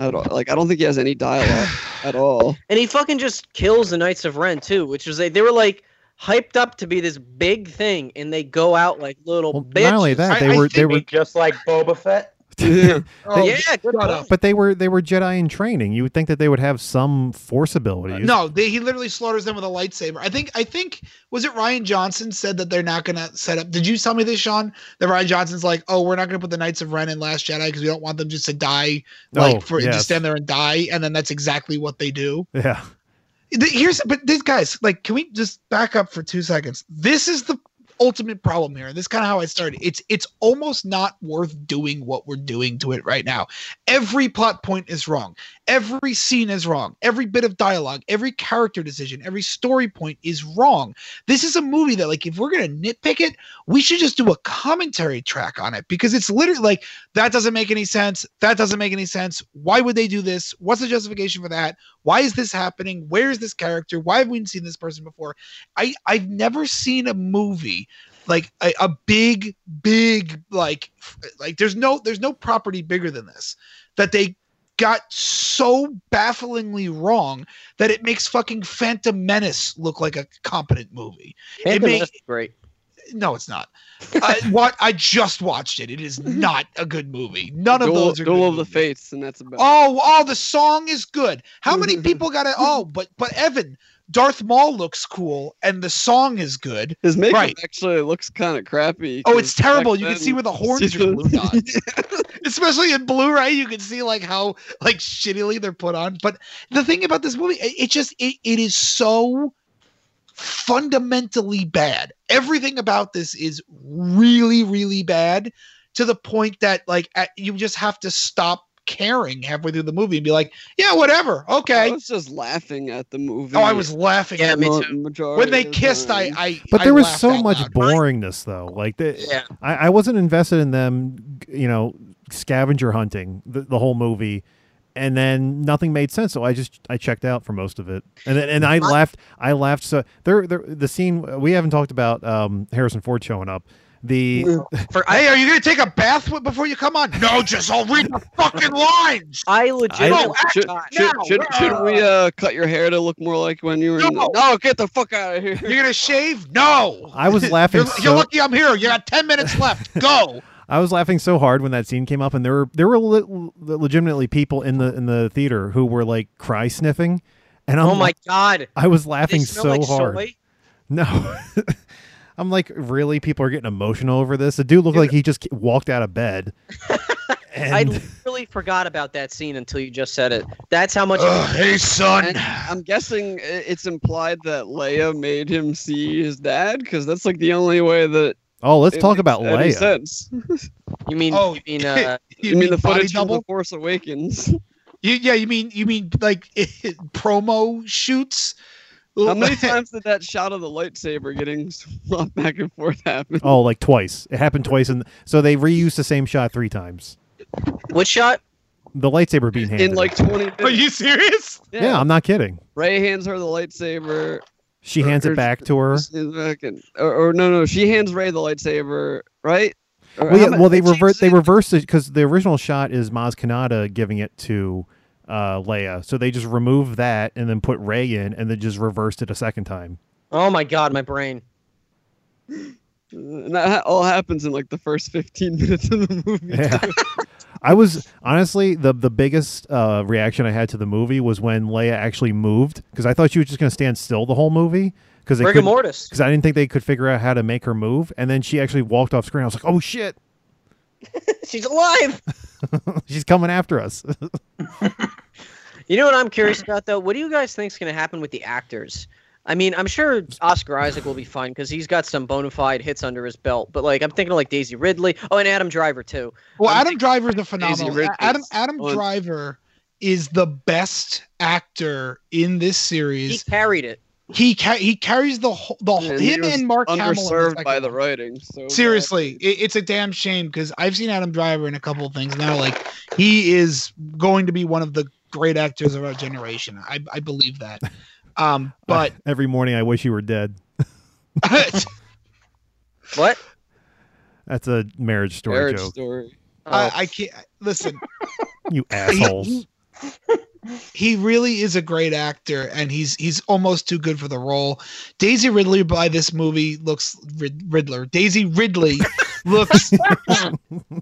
At all. Like, I don't think he has any dialogue at all.
And he fucking just kills the Knights of Ren too, which was they they were like hyped up to be this big thing, and they go out like little
well,
bitches.
not only that they
I- I
were
think
they were
just like Boba Fett.
Yeah.
oh,
yeah, good
shut
point.
up.
but they were they were Jedi in training. You would think that they would have some force abilities.
No, they, he literally slaughters them with a lightsaber. I think. I think was it Ryan Johnson said that they're not going to set up. Did you tell me this, Sean? That Ryan Johnson's like, oh, we're not going to put the Knights of Ren in Last Jedi because we don't want them just to die, like
Oh,
for
yes.
just stand there and die. And then that's exactly what they do.
Yeah.
The- Here's but these guys like, can we just back up for two seconds? This is the ultimate problem here. This is kind of how I started. It's it's almost not worth doing what we're doing to it right now. Every plot point is wrong. Every scene is wrong. Every bit of dialogue, every character decision, every story point is wrong. This is a movie that, like, if we're gonna nitpick it, we should just do a commentary track on it because it's literally like that doesn't make any sense. That doesn't make any sense. Why would they do this? What's the justification for that? Why is this happening? Where is this character? Why have we seen this person before? I I've never seen a movie like a, a big big like f- like there's no there's no property bigger than this that they got so bafflingly wrong that it makes fucking Phantom Menace look like a competent movie.
Phantom
may-
Menace is great.
No, it's not. I, what I just watched it. It is not a good movie. None of
Mm-hmm. Duel-
those are
Duel
good
of the
movies.
Fates, and that's about. it.
Oh, oh, the song is good. How many people got it? Oh, but but Evan, Darth Maul looks cool, and the song is good.
His makeup
right.
actually looks kind of crappy.
Oh,
'cause
it's terrible.
back
You can
then-
see where the horns are glued on. Especially in Blu-ray, you can see like how like shittily they're put on. But the thing about this movie, it, it just it, it is so fundamentally bad. Everything about this is really, really bad to the point that like at, you just have to stop caring halfway through the movie and be like, yeah, whatever,
I
Oh,
okay.
was just laughing at the movie.
Oh, I was laughing.
Yeah,
at
me
Ma-
too.
majority
when they
of the
kissed, I,
time.
I
But
I
there was
laughed
so
out
much
loud.
boringness though. Like the,
Yeah.
I, I wasn't invested in them, g- you know, scavenger hunting the, the whole movie, and then nothing made sense. So I just I checked out for most of it, and then, and I laughed. I laughed. So there, there the scene we haven't talked about um, Harrison Ford showing up. The
For I,
Hey, are you gonna take a bath w- before you come on? No, just I'll read the fucking lines.
I legit.
No,
Should, should, should, should we uh, cut your hair to look more like when you were? in
No.
the- no get the fuck out of here.
You're gonna shave? No.
I was laughing.
You're,
so,
you're lucky I'm here. You got ten minutes left. Go.
I was laughing so hard when that scene came up, and there were there were le- legitimately people in the in the theater who were like cry sniffing, and I'm
Oh my
like-
god!
I was
They
laughing
smell
so
like
hard.
soy.
No. I'm like, really? People are getting emotional over this? The dude looked like he just k- walked out of bed.
I
and
literally forgot about that scene until you just said it. That's how much.
Ugh, hey, son.
And I'm guessing i- it's implied that Leia made him see his dad because that's like the only way that
Oh, let's
It
talk
makes
about
any
Leia.
sense.
You mean
Oh,
you mean uh,
You mean the
body
footage from The Force Awakens?
You, yeah, you mean you mean like promo shoots?
How many times did that shot of the lightsaber getting swapped back and forth happen?
Oh, like twice. It happened twice, and so they reused the same shot three times.
which shot?
The lightsaber being handed.
In like 20 minutes.
Are you serious?
yeah. I'm not kidding.
Ray hands her the lightsaber.
She hands it
Or-
back to her.
She's fucking- Or, or no, no, she hands Ray the lightsaber, right? Or
Well,
how
yeah,
ma-
well, they
she
revert. They
said-
reversed it because the original shot is Maz Kanata giving it to uh, Leia. So they just removed that and then put Ray in, and then just reversed it a second time.
Oh my god, my brain.
And that ha- all happens in like the first 15 minutes of the movie.
Yeah. I was honestly the the biggest uh, reaction I had to the movie was when Leia actually moved because I thought she was just going to stand still the whole movie because
Rigor mortis.
because I didn't think they could figure out how to make her move, and then she actually walked off screen. I was like, oh shit,
She's alive.
she's coming after us.
You know what I'm curious about though? What do you guys think's going to happen with the actors? I mean, I'm sure Oscar Isaac will be fine because he's got some bona fide hits under his belt. But like, I'm thinking of like Daisy Ridley. Oh, and Adam Driver too.
Well,
I'm
Adam Driver is a phenomenal.
Ridley's
Adam Adam
on-
Driver is the best actor in this
He
series.
carried it.
He ca- he carries the whole the whole
And he
him
was
and Mark Hamill. in the
Underserved
second
by
one.
the writing. So bad.
Seriously, it, it's a damn shame because I've seen Adam Driver in a couple of things now. Like he is going to be one of the great actors of our generation. I, I believe that. Um, but
every morning I wish you were dead.
What?
That's a marriage story
Marriage
joke.
story.
Oh,
I, I can't listen.
You assholes.
He really is a great actor, and he's he's almost too good for the role. Daisy Ridley by this movie looks Rid- Riddler. Daisy Ridley looks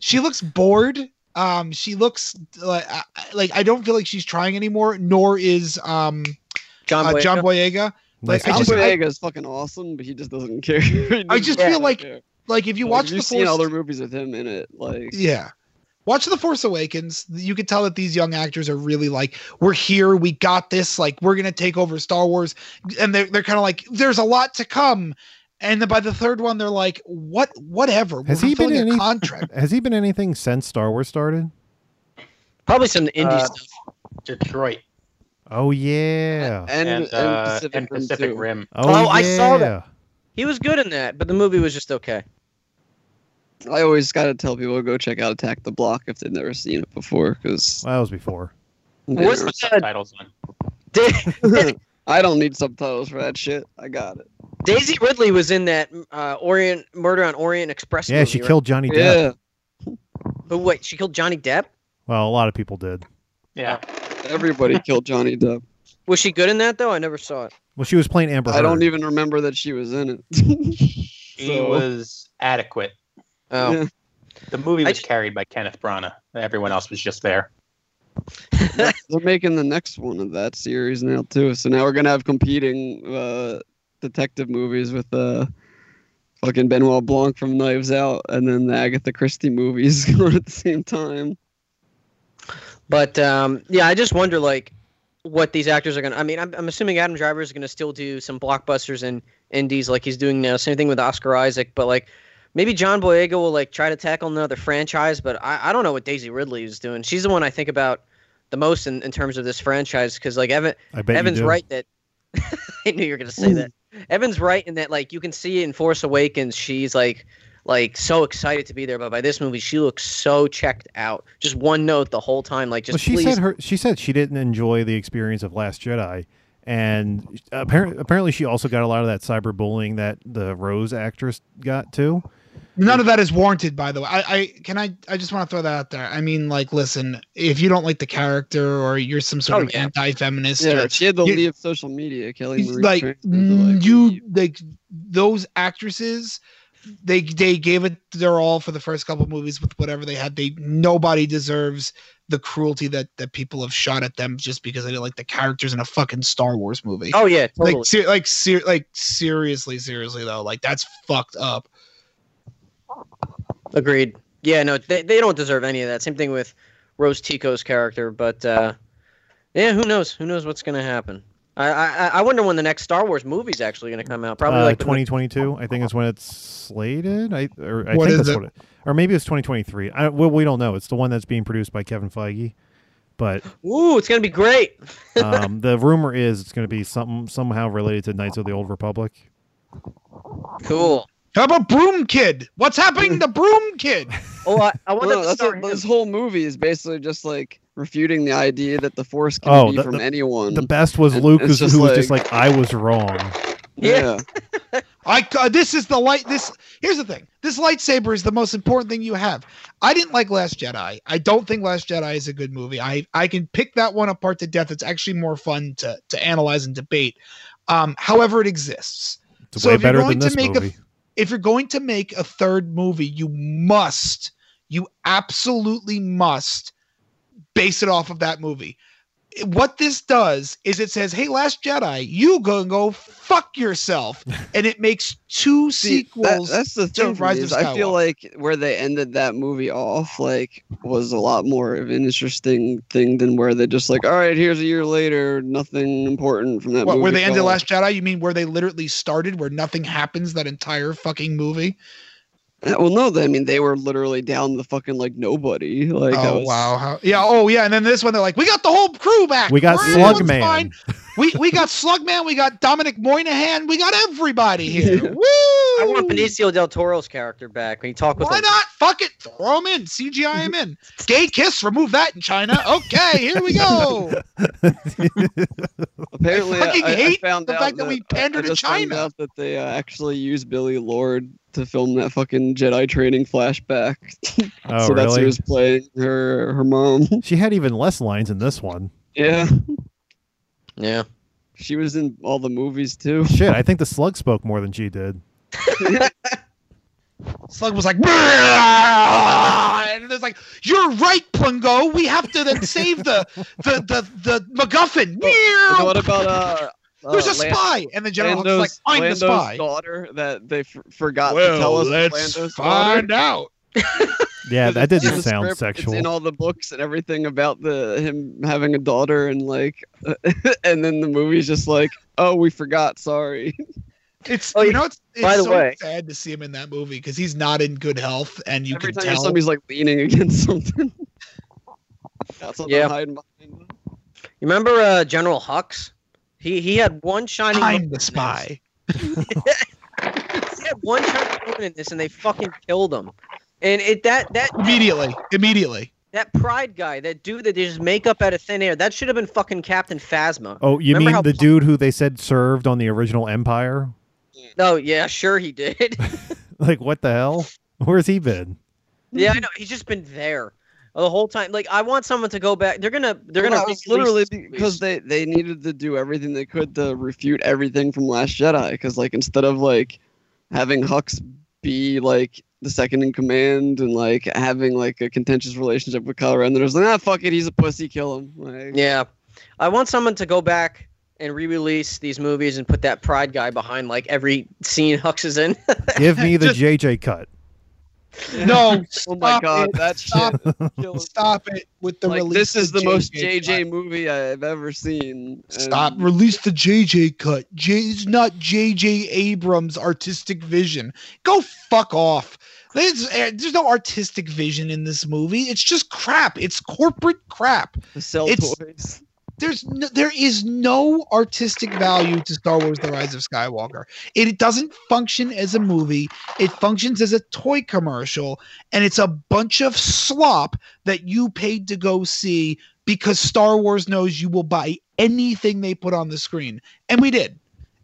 she looks bored. Um, she looks like I- I- like I don't feel like she's trying anymore. Nor is um
John.
uh,
Boyega.
John Boyega.
Nice
I
Tom
just-
comedy.
Boyega is fucking awesome, but he just doesn't care. He
I
doesn't
just feel like-
care.
Like if you
Like,
watch the
you've
Force,
seen other movies with him in it. Like
yeah, watch the Force Awakens. You can tell that these young actors are really like, we're here, we got this. Like we're gonna take over Star Wars, and they're they're kind of like, there's a lot to come. And then by the third one, they're like, what, whatever.
Has
we're
he been
fulfilling
in
a
any-
contract?
Has he been anything since Star Wars started?
Probably some indie
Uh,
stuff.
Detroit
Oh yeah.
and,
and,
and
uh,
Pacific,
and
Rim
Pacific
2.
Rim.
Oh,
Oh, I saw
yeah.
He was good in that, but the movie was just okay.
I always gotta tell people to go check out Attack the Block if they've never seen it before, because
Well, that was before.
What's
Put
the-
subtitles on.
I don't need subtitles for that shit. I got it.
Daisy Ridley was in that uh, Orient Murder on Orient Express.
Yeah,
movie,
she
right?
killed Johnny Depp.
Yeah,
But wait, she killed Johnny Depp.
Well, a lot of people did.
Yeah,
everybody killed Johnny Depp.
Was she good in that though? I never saw it.
Well, she was playing Amber.
I don't
Heard.
even remember that she was in it.
she
So-
was adequate.
Oh,
Yeah.
The movie
I
was
just-
carried by Kenneth Branagh. Everyone else was just there.
They're making the next one of that series now too. So now we're gonna have competing uh, detective movies with uh, fucking Benoit Blanc from Knives Out, and then the Agatha Christie movies going at the same time.
but um, yeah, I just wonder like what these actors are gonna. I mean, I'm, I'm assuming Adam Driver is gonna still do some blockbusters and indies like he's doing now. Same thing with Oscar Isaac, but like maybe John Boyega will like try to tackle another franchise. But I, I don't know what Daisy Ridley is doing. She's the one I think about the most in, in terms of this franchise because like Evan
I bet you
Evan's
do.
right that I knew you were gonna say that. Evan's right in that like you can see in Force Awakens she's like like so excited to be there, but by this movie she looks so checked out. Just one note the whole time, like just
well, she
please.
said her. She said she didn't enjoy the experience of Last Jedi, and apparently, apparently, she also got a lot of that cyberbullying that the Rose actress got too.
None of that is warranted, by the way. I, I can I I just want to throw that out there. I mean, like, listen, if you don't like the character or you're some sort
Oh,
of
yeah.
anti-feminist, or-
Yeah, she had to
You-
leave social media. Kelly
It's
Marie
like
Tran-
mm,
like,
you like those actresses they they gave it their all for the first couple movies with whatever they had they nobody deserves the cruelty that that people have shot at them just because they didn't like the characters in a fucking star wars movie
Oh yeah, totally.
like ser- like ser- like seriously seriously though like that's fucked up
Agreed. Yeah, no, they, they don't deserve any of that. Same thing with Rose Tico's character, but uh, yeah, who knows? Who knows what's gonna happen? I, I I wonder when the next Star Wars movie's actually going to come out. Probably
uh,
like the-
2022. I think is when it's slated. I or I
What
think
is
that's
it?
what it, or maybe it's 2023. I well, we don't know. It's the one that's being produced by Kevin Feige, but
Ooh, it's going to be great.
um, the rumor is it's going to be something somehow related to Knights of the Old Republic.
Cool.
How about Broom Kid? What's happening to Broom Kid?
Oh, I, I wonder
Well,
if the
that's
Star
what, this whole movie is basically just like refuting the idea that the force can
Oh,
be
the-
from
the-
anyone.
The best was
Mm, It-
Luke,
it's
who's-
just
who was
like-
just like, "I was wrong."
Yeah.
yeah.
I uh, this is the light. This here's the thing. This lightsaber is the most important thing you have. I didn't like Last Jedi. I don't think Last Jedi is a good movie. I I can pick that one apart to death. It's actually more fun to to analyze and debate. Um, however, it exists.
It's
So
way
if you're
better
going
than
to
this
make a-
movie.
If you're going to make a third movie, you must, you absolutely must, base it off of that movie. What this does is it says, "Hey, Last Jedi, you go go fuck yourself," and it makes two
See, that-
sequels.
that's the thing. for
Rise
me
of
is I feel
Skywalker.
like where they ended that movie off, like, was a lot more of an interesting thing than where they just like, all right, here's a year later, nothing important from that
What,
movie.
where they
at
ended
all."
Last Jedi? You mean where they literally started, where nothing happens that entire fucking movie?
Uh, Well, no, they- I mean they were literally down the fucking like nobody. Like, I
oh
was-
wow, how, yeah, oh yeah, and then this one they're like, we got the whole crew back.
We got
We're- everyone's
Slugman.
fine. We we got Slugman. We got Dominic Moynihan. We got everybody here.
Yeah.
Woo!
I want Benicio del Toro's character back when he talked with
Why
him.
not? Fuck it. Throw him in. CGI him in. Gay kiss. Remove that in China. Okay, here we go.
Apparently,
I fucking
I,
hate
found
the
out
fact that we
I- I
pander to
just found
China.
out that they uh, actually used Billy Lord to film that fucking Jedi training flashback.
Oh,
so that's who
really?
was playing her her mom.
She had even less lines in this one.
yeah,
Yeah.
she was in all the movies too.
Shit, I think the slug spoke more than she did.
Slug was like, "Brrrr," and there's like, you're right, Plingo. We have to then save the the the the MacGuffin.
And what about uh? uh,
There's a
Oh,
Lan-
spy, and the general Hux's
Lando's,
like, find
Lando's
the spy.
daughter that they f- forgot to tell us. Lando's daughter.
find out.
Yeah,
'Cause
that
it's in
didn't
the
sound
script,
sexual.
It's in all the books and everything about the him having a daughter and like, and then the movie's just like, oh, we forgot. Sorry.
It's
Oh,
you
yeah.
know it's, it's
By the
so
way-
sad to see him in that movie because he's not in good health, and you
Every
can
time
tell.
somebody's like leaning against something. Got something
Yeah.
hiding behind. them.
You remember uh, General Hux? He he had one shining.
Find
moment
the
in
spy.
this. He had one shining moment in this, and they fucking killed him. And it that that
Immediately, immediately.
that pride guy, that dude that they just make up out of thin air, that should have been fucking Captain Phasma.
oh, you
Remember
mean
how-
the dude who they said served on the original Empire?
No, Oh, yeah, sure he did.
Like, what the hell? Where's he been?
yeah, I know. He's just been there the whole time. Like, I want someone to go back. They're gonna they're
Well,
gonna
that was
re-release
literally
this movie.
because they they needed to do everything they could to refute everything from Last Jedi. Because like instead of like having Hux be like the second in command and like having like a contentious relationship with Kylo Ren, they're just like, ah, fuck it, he's a pussy, kill him. Like,
Yeah, I want someone to go back and re-release these movies and put that pride guy behind like every scene Hux is in.
Give me the
Just-
JJ cut.
No,
Oh my
Stop
god,
it.
that
Stop
shit kills.
stop it with the
Like,
release.
this is the most
JJ
JJ movie I've ever seen. and-
Stop. Um, Release the JJ cut. J- it's not JJ Abrams' artistic vision. Go fuck off. There's, eh, there's no artistic vision in this movie. It's just crap. It's corporate crap.
to sell
It's-
toys.
There's no, there is no artistic value to Star Wars: The Rise of Skywalker. It doesn't function as a movie. It functions as a toy commercial, and it's a bunch of slop that you paid to go see because Star Wars knows you will buy anything they put on the screen, and we did.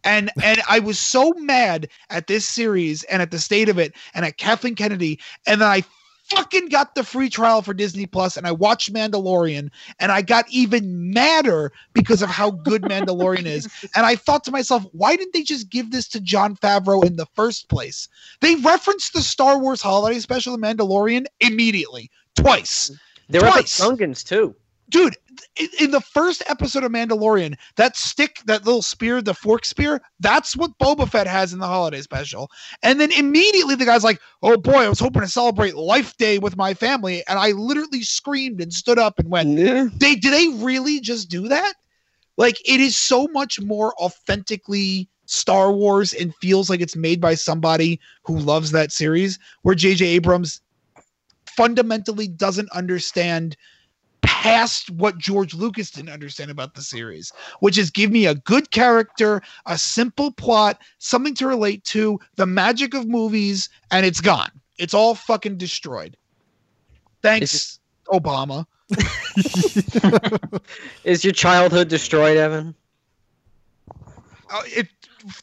And and I was so mad at this series and at the state of it and at Kathleen Kennedy, and then I fucking got the free trial for Disney Plus, and I watched Mandalorian, and I got even madder because of how good Mandalorian is. And I thought to myself, why didn't they just give this to John Favreau in the first place? They referenced the Star Wars holiday special, The Mandalorian, immediately, twice
They were up at
Twice.
Gungans too.
dude in, in the first episode of mandalorian that stick that little spear the fork spear that's what boba fett has in the holiday special and then immediately the guy's like oh boy i was hoping to celebrate life day with my family and i literally screamed and stood up and went
Yeah.
they did they really just do that Like it is so much more authentically Star Wars and feels like it's made by somebody who loves that series where JJ Abrams fundamentally doesn't understand past what George Lucas didn't understand about the series, which is give me a good character, a simple plot, something to relate to, the magic of movies, and it's gone. It's all fucking destroyed. Thanks, Obama.
Is your childhood destroyed, Evan?
Uh, it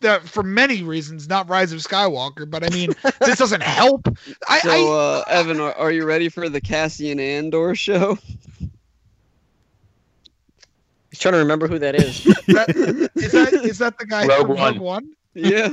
that for many reasons, not Rise of Skywalker, but I mean, this doesn't help. I, I
so, uh, Evan, are, are you ready for the Cassian Andor show?
He's trying to remember who that is.
that, is that is that the guy
Rogue
from Rogue
One.
One?
yeah,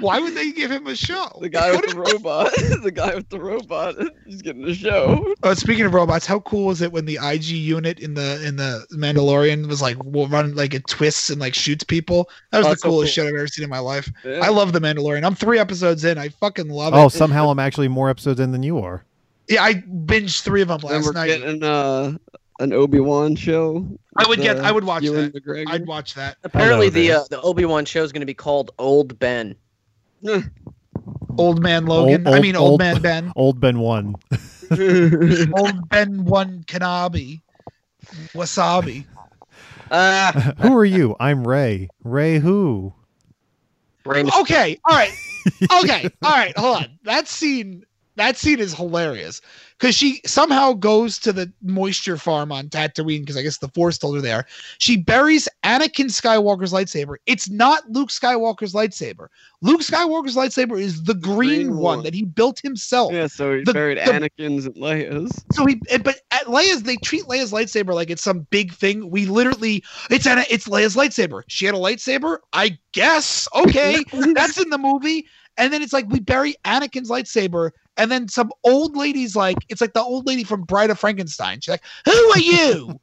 Why would they give him a show?
the guy
What
with the robot. the guy with the robot. He's getting a show.
Uh, speaking of robots, how cool was it when the IG unit in the in the Mandalorian was like will run like it twists and like shoots people? That was
Oh,
the
that's so
coolest
cool.
shit I've ever seen in my life.
Yeah.
I love the Mandalorian. I'm three episodes in. I fucking love
Oh,
it.
somehow I'm actually more episodes in than you are.
Yeah, I binged three of them
Then
last
we're
night.
getting uh, an Obi Wan show.
I would
with,
get.
uh,
I would watch
Ewan
that.
McGregor.
I'd watch that.
Apparently, the
there.
uh, the Obi Wan show is going to be called Old Ben.
Old man Logan. I
old-
mean, old,
old-
man Ben.
Old Ben one.
old Ben one Kanabi. Wasabi.
Ah,
who are you? I'm Ray. Ray who?
Rain-
Okay, all right, okay, all right. Hold on. That scene, that scene is hilarious because she somehow goes to the moisture farm on Tatooine because I guess the Force told her there. She buries Anakin Skywalker's lightsaber. It's not Luke Skywalker's lightsaber. Luke Skywalker's lightsaber is the green,
green
one,
one.
that he built himself.
yeah, so he
The-
buried
the-
Anakin's and Leia's.
So he, and- but at Leia's, they treat Leia's lightsaber like it's some big thing. We literally, it's Anna, it's Leia's lightsaber. She had a lightsaber, I guess. Okay, that's in the movie. And then it's like we bury Anakin's lightsaber, and then some old lady's like, it's like the old lady from Bride of Frankenstein. She's like, "Who are you?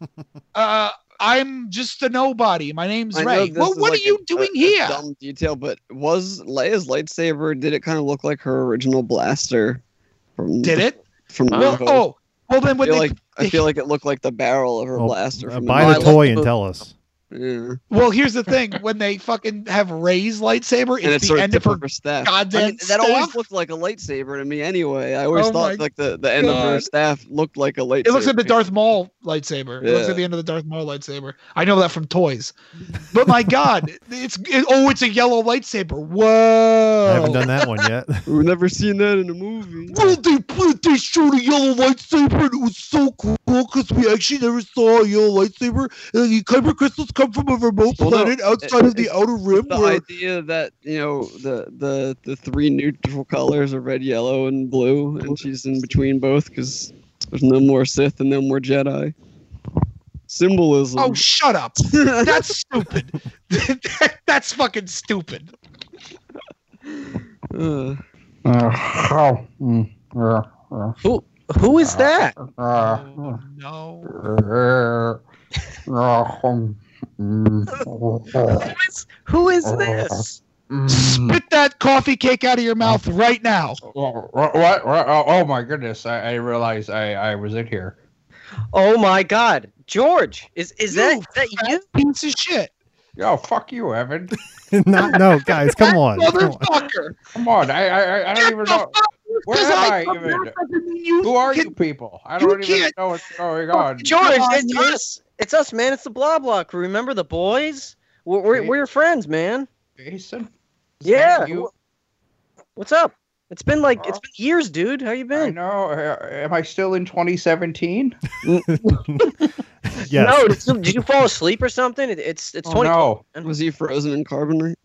uh, I'm just a nobody. My name's
I know
Ray.
this
Well,
is
what
like
are you
a- a-
doing
a
here?
dumb detail, but was Leia's lightsaber? Did it kind of look like her original blaster? From
Did
the-
it?
From the
Well,
novel?
oh, well then
I
when
feel
they
Uh-huh. like I feel like it looked like the barrel of her
Oh,
blaster.
uh,
From
buy the
Bible.
toy and tell us.
Yeah.
well, here's the thing: when they fucking have Ray's lightsaber,
and it's
it's,
sort
the
of
end of
tip
her
of her staff.
goddamn
I mean, that
staff.
always looked like a lightsaber to me. Anyway, I always
Oh
thought
my
like the, the end of her
God.
staff looked like a lightsaber.
It looks like the Darth Maul lightsaber. It looks
Yeah.
like the end of the Darth Maul lightsaber. I know that from toys. But my God, it's it, oh, it's a yellow lightsaber. Whoa!
I haven't done that one yet.
We've never seen that in a movie.
Well, they put they showed a yellow lightsaber, and it was so cool because we actually never saw a yellow lightsaber. And the kyber crystals come from a remote
Well, no,
planet outside of the
it's-
outer rim.
the
where-
idea that you know the the the three neutral colors are red, yellow, and blue, and she's in between both because there's no more Sith and no more Jedi. Symbolism.
oh, shut up! That's stupid. That's fucking stupid.
Uh,
Uh, oh, mm, uh,
who who is that?
uh,
Ah.
uh,
Oh, no.
uh, uh, um, mm,
Who is who is this?
mm.
Spit that coffee cake out of your mouth right now.
Well, what, what, what- oh, oh my goodness! I, I realized I, I was in here.
Oh my God, George! Is is that
You
is that you?
fat piece of shit,
Oh fuck you, Evan!
Not, no, guys, come on. Come on.
motherfucker!
Come on, I I, I- I
Get
don't even
the
know.
fuck
Where
Because
am I
come
even?
back and then you
Who are
get-
you people? I
you
don't even
can't-
know what's going on.
George,
Come on,
it's
man.
us! It's us, man! It's the blah blah crew. Remember the boys? We're we're, we're your friends, man.
Jason. Is
Yeah.
that you?
What's up? It's been like it's been years, dude. How you
I
been?
know. uh, Am I still in 2017?
Yes.
No, did you, did you fall asleep or something? It, it's it's
Oh,
twenty.
no.
was he frozen in carbonate?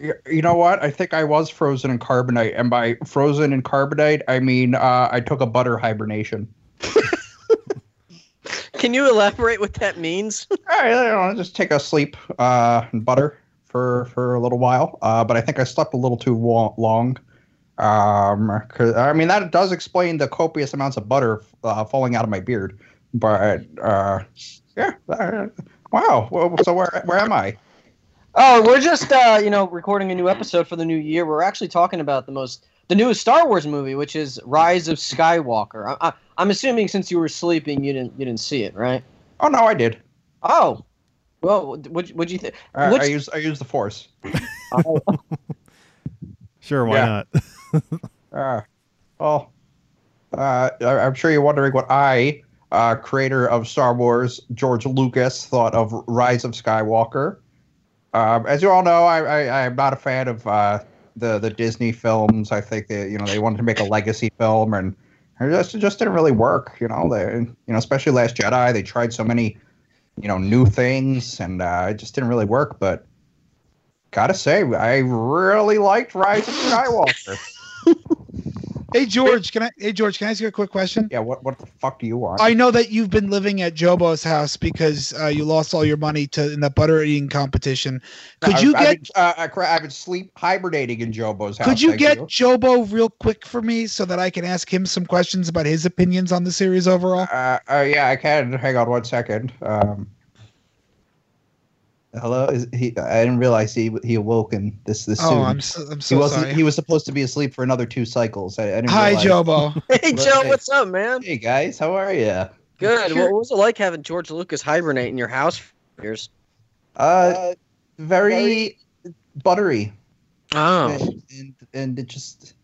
Y- You know what? I think I was frozen in carbonite, and by frozen in carbonite, I mean uh, I took a butter hibernation.
Can you elaborate what that means?
All right, I don't know, just take a sleep uh, in butter for for a little while. Uh, but I think I slept a little too wa- long. Um, 'cause- I mean that does explain the copious amounts of butter uh, falling out of my beard. But uh, yeah, uh, wow. Well, so where where am I?
Oh, we're just uh, you know recording a new episode for the new year. We're actually talking about the most the newest Star Wars movie, which is Rise of Skywalker. I, I, I'm assuming since you were sleeping, you didn't you didn't see it, right?
Oh no, I did.
Oh, Well, what would you think?
Uh, I, I
What's-
use I use the force.
Sure, why
Yeah.
not?
Uh, well, uh, I- I'm sure you're wondering what I, uh, creator of Star Wars, George Lucas, thought of Rise of Skywalker. Um, as you all know, I, I, I'm not a fan of uh, the the Disney films. I think they you know they wanted to make a legacy film, and it just it just didn't really work. You know, they you know especially Last Jedi, they tried so many you know new things, and uh, it just didn't really work. But gotta say, I really liked Rise of Skywalker.
Hey George, can I? Hey George, can I ask you a quick question?
Yeah, what what the fuck do you want?
I know that you've been living at Jobo's house because uh, you lost all your money to in the butter eating competition. Could
I-
you
I've
get?
been, uh, I cra- I've been sleep hibernating in Jobo's house.
Could you
thank
get Jobo real quick for me so that I can ask him some questions about his opinions on the series overall?
Uh, uh, yeah, I can. Hang on one second. Um, hello, is he? I didn't realize he he awoken this this soon.
Oh, I'm so, I'm
he
so
wasn't.
sorry.
He was supposed to be asleep for another two cycles. I, I didn't
Hi,
realize.
Jobo.
Hey Joe,
Right.
what's up, man?
Hey guys, how are you?
Good.
Sure.
What was it like having George Lucas hibernate in your house for years?
Uh, very buttery
Oh,
and, and and it just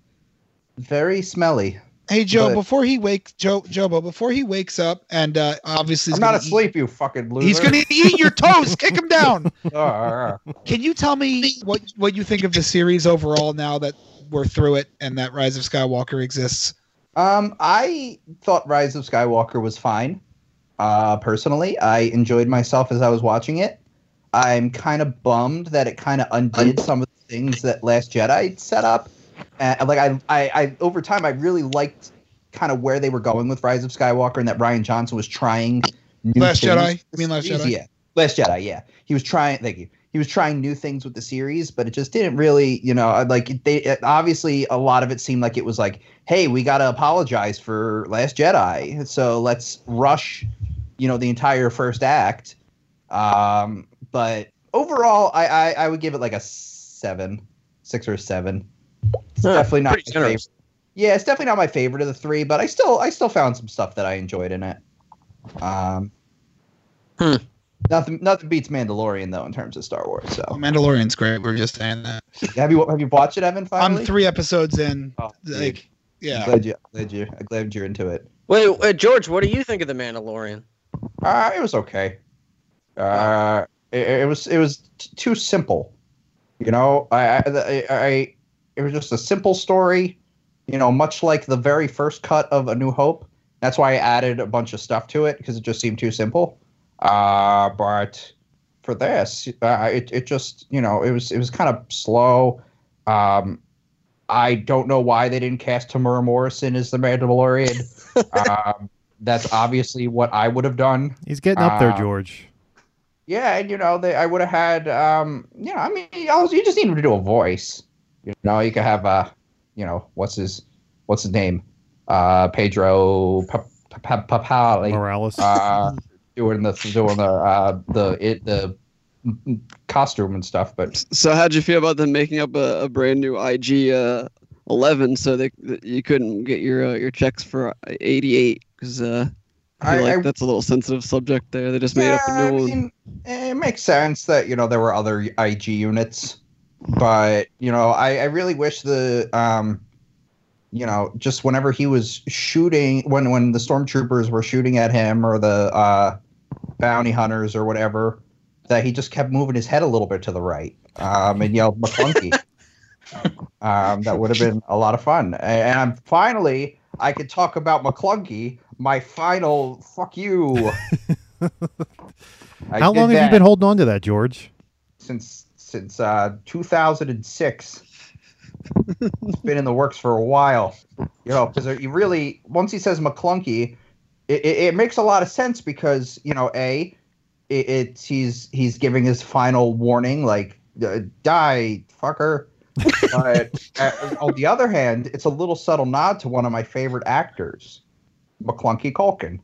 very smelly.
Hey Joe,
But-
before he wakes Joe Jobo, before he wakes up and uh, obviously he's
I'm not
gonna eat-
asleep, you fucking loser.
he's gonna eat your toes. Kick him down.
gonna.
Can you tell me what what you think of the series overall now that we're through it and that Rise of Skywalker exists?
Um, I thought Rise of Skywalker was fine. Uh, personally, I enjoyed myself as I was watching it. I'm kind of bummed that it kind of undid some of the things that Last Jedi set up. And like I, I, I over time, I really liked kind of where they were going with Rise of Skywalker, and that Ryan Johnson was trying new
Last
things
Jedi?
with the
You mean Last
series.
Jedi?
Yeah, Last Jedi. Yeah, he was trying. Thank you. He was trying new things with the series, but it just didn't really, you know, like they uh, obviously a lot of it seemed like it was like hey, we got to apologize for Last Jedi. So let's rush, you know, the entire first act. Um, but overall, I, I, I would give it like a seven, six or a seven. It's
Huh,
definitely not
pretty
my favorite.
generous.
Yeah, it's definitely not my favorite of the three, but I still I still found some stuff that I enjoyed in it. Um,
Hmm.
nothing nothing beats Mandalorian though in terms of Star Wars.
Oh,
So
Mandalorian's great. We are just saying that.
have you have you watched it, Evan? Finally,
I'm three episodes in.
Oh, dude.
Like,
I'm
yeah.
glad you glad you I'm glad you're into it.
wait, wait, George, what do you think of the Mandalorian?
Uh, it was okay. Uh, it, it was it was t- too simple. You know, I, I, the- I, I it was just a simple story. You know, much like the very first cut of A New Hope. That's why I added a bunch of stuff to it because it just seemed too simple. Uh, but for this, uh, it it just you know it was it was kind of slow. Um, I don't know why they didn't cast Tamura Morrison as the Mandalorian. um, that's obviously what I would have done.
He's getting up
Ah.
there,
Uh,
George.
Yeah, and you know, they, I would have had, um, you know, I mean, you also- you just need him to do a voice. You know, you could have, uh, you know, what's his, what's his name, uh, Pedro Pa- Pa- Pa- Papali,
Morales.
uh, doing the doing the uh, the it the costume and stuff. But
So how'd you feel about them making up a, a brand new IG uh, 11 so they, that you couldn't get your uh, your checks for 88 because uh, I
I-
feel like
I-
that's a little sensitive subject there. They just made up
Yeah,
a new
I
one.
mean, it makes sense that you know there were other IG units, but you know, I, I really wish the um, you know, just whenever he was shooting, when when the stormtroopers were shooting at him or the uh, bounty hunters or whatever, that he just kept moving his head a little bit to the right um, and yelled McClunky. um, that would have been a lot of fun. A- And, I'm finally, I could talk about McClunky, my final fuck you. I
How long
did
have
that
you been holding on to that, George?
since since uh, 2006. it's been in the works for a while, you know, because you really once he says McClunky, it, it, it makes a lot of sense because you know, a it, it's he's he's giving his final warning, like uh, die fucker. but uh, on the other hand, it's a little subtle nod to one of my favorite actors, McClunky Culkin.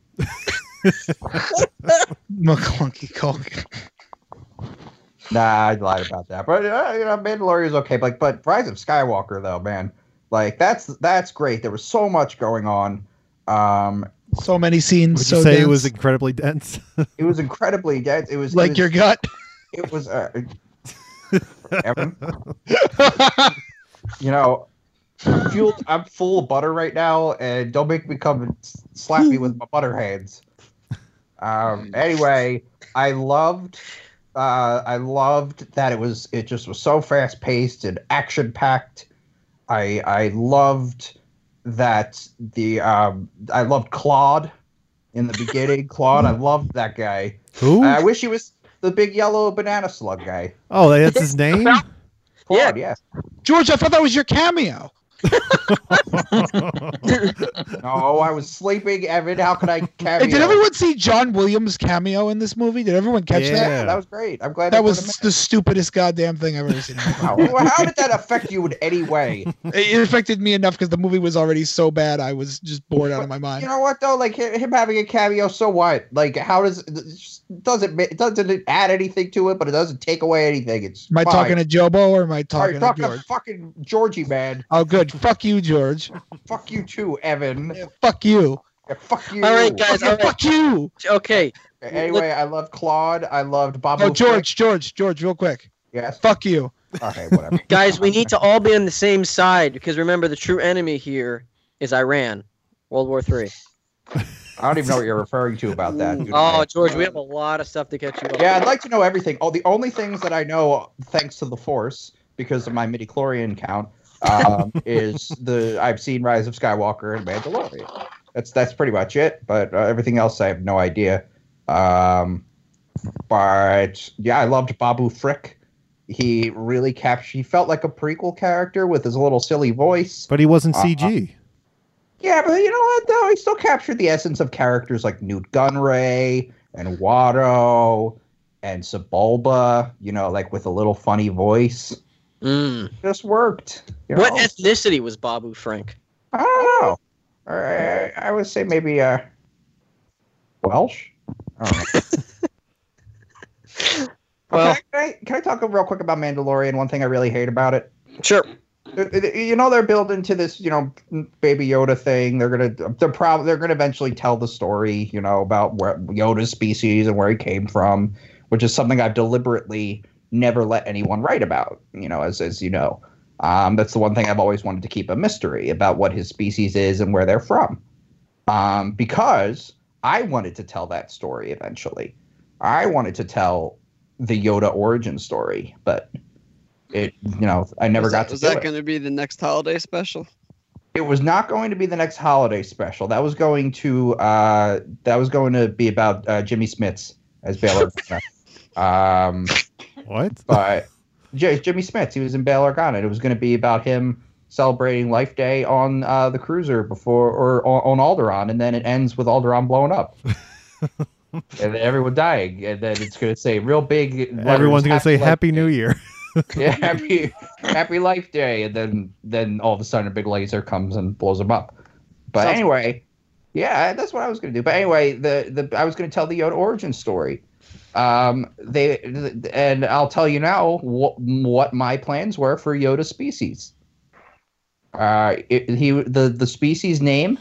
McClunky Culkin.
Nah, I lied about that. But uh, you know, Mandalorian is okay. But but Rise of Skywalker though, man, like that's that's great. There was so much going on, um,
So many scenes.
Would
so
you say it
dense.
was incredibly dense?
It was incredibly dense. It was it
like
was-
your gut.
It was. Uh, Evan, you know, I'm fueled, I'm full of butter right now, and don't make me come and s- slap me with my butter hands. Um. Anyway, I loved. Uh, I loved that it was. It just was so fast paced and action packed. I I loved that the um. I loved Claude in the beginning. Claude, I loved that guy.
Who?
I wish he was the big yellow banana slug guy.
oh, that's his name.
Claude, yes.
George, I thought that was your cameo.
No, I was sleeping, Evan. How could I carry?
Hey, did everyone see John Williams' cameo in this movie? Did everyone catch that?
Yeah.
that was great. I'm glad
That
they put
was the stupidest goddamn thing I've ever seen. in my life.
him in. Wow. Well, How did that affect you in any way?
it affected me enough because the movie was already so bad. I was just bored out of my mind.
You know what though? Like hi- him having a cameo, so what? Like how does it just doesn't ma- it doesn't add anything to it, but it doesn't take away anything. It's
Am I
fine.
talking to Jobo or am I
All right,
talking,
talking
to
to
George?
fucking Georgie man?
Oh, good. Fuck you, George.
Fuck you too, Evan.
Yeah, fuck you.
Yeah, fuck you.
All right, guys.
Yeah,
All right.
Fuck you.
Okay.
Anyway, I loved Claude. I loved Bob.
Oh, George, George, George, real quick.
Yes.
Fuck you.
Okay, whatever.
Guys, we need to all be on the same side because remember the true enemy here is Iran. World War Three.
I don't even know what you're referring to about that. dude.
Oh, George, we have a lot of stuff to catch you up.
Yeah, I'd
on.
like to know everything. Oh, the only things that I know, thanks to the Force, because of my midi chlorian count, um, is the I've seen Rise of Skywalker and Mandalorian. That's that's pretty much it. But uh, everything else, I have no idea. Um, but yeah, I loved Babu Frick. He really captured. He felt like a prequel character with his little silly voice.
But he wasn't
Uh,
Uh-huh.
CG.
Yeah, but you know what though? He still captured the essence of characters like Newt Gunray and Watto and Sebulba, you know, like with a little funny voice.
Mm.
Just worked. you
What
know?
ethnicity was Babu Frank?
I don't know. All right, I would say maybe uh Welsh. I don't know.
Well-
Okay, can, I, can I talk real quick about Mandalorian? One thing I really hate about it.
Sure.
you know they're building to this you know baby yoda thing they're gonna they're probably they're gonna eventually tell the story you know about where yoda's species and where he came from which is something i've deliberately never let anyone write about you know as as you know um, that's the one thing i've always wanted to keep a mystery about what his species is and where they're from um, because i wanted to tell that story eventually i wanted to tell the yoda origin story but it you know i never
was
got
that,
to
was
do
that
it
going to be the next holiday special?
it was not going to be the next holiday special. That was going to uh, that was going to be about uh, Jimmy Smits as Bail Organa. um,
What?
uh,
but J- Jimmy Smits, he was in Bail Organa. and It was going to be about him celebrating Life Day on uh, the cruiser before or on, on Alderaan, and then it ends with Alderaan blown up. And then everyone dying, and then it's going to say real big. letters,
Everyone's gonna say
Life
Happy
Day."
New Year.
yeah, happy happy life day and then then all of a sudden a big laser comes and blows him up but
Sounds-
anyway yeah that's what i was going to do but anyway the, the i was going to tell the yoda origin story um they and i'll tell you now what, what my plans were for yoda species uh it, he the the species name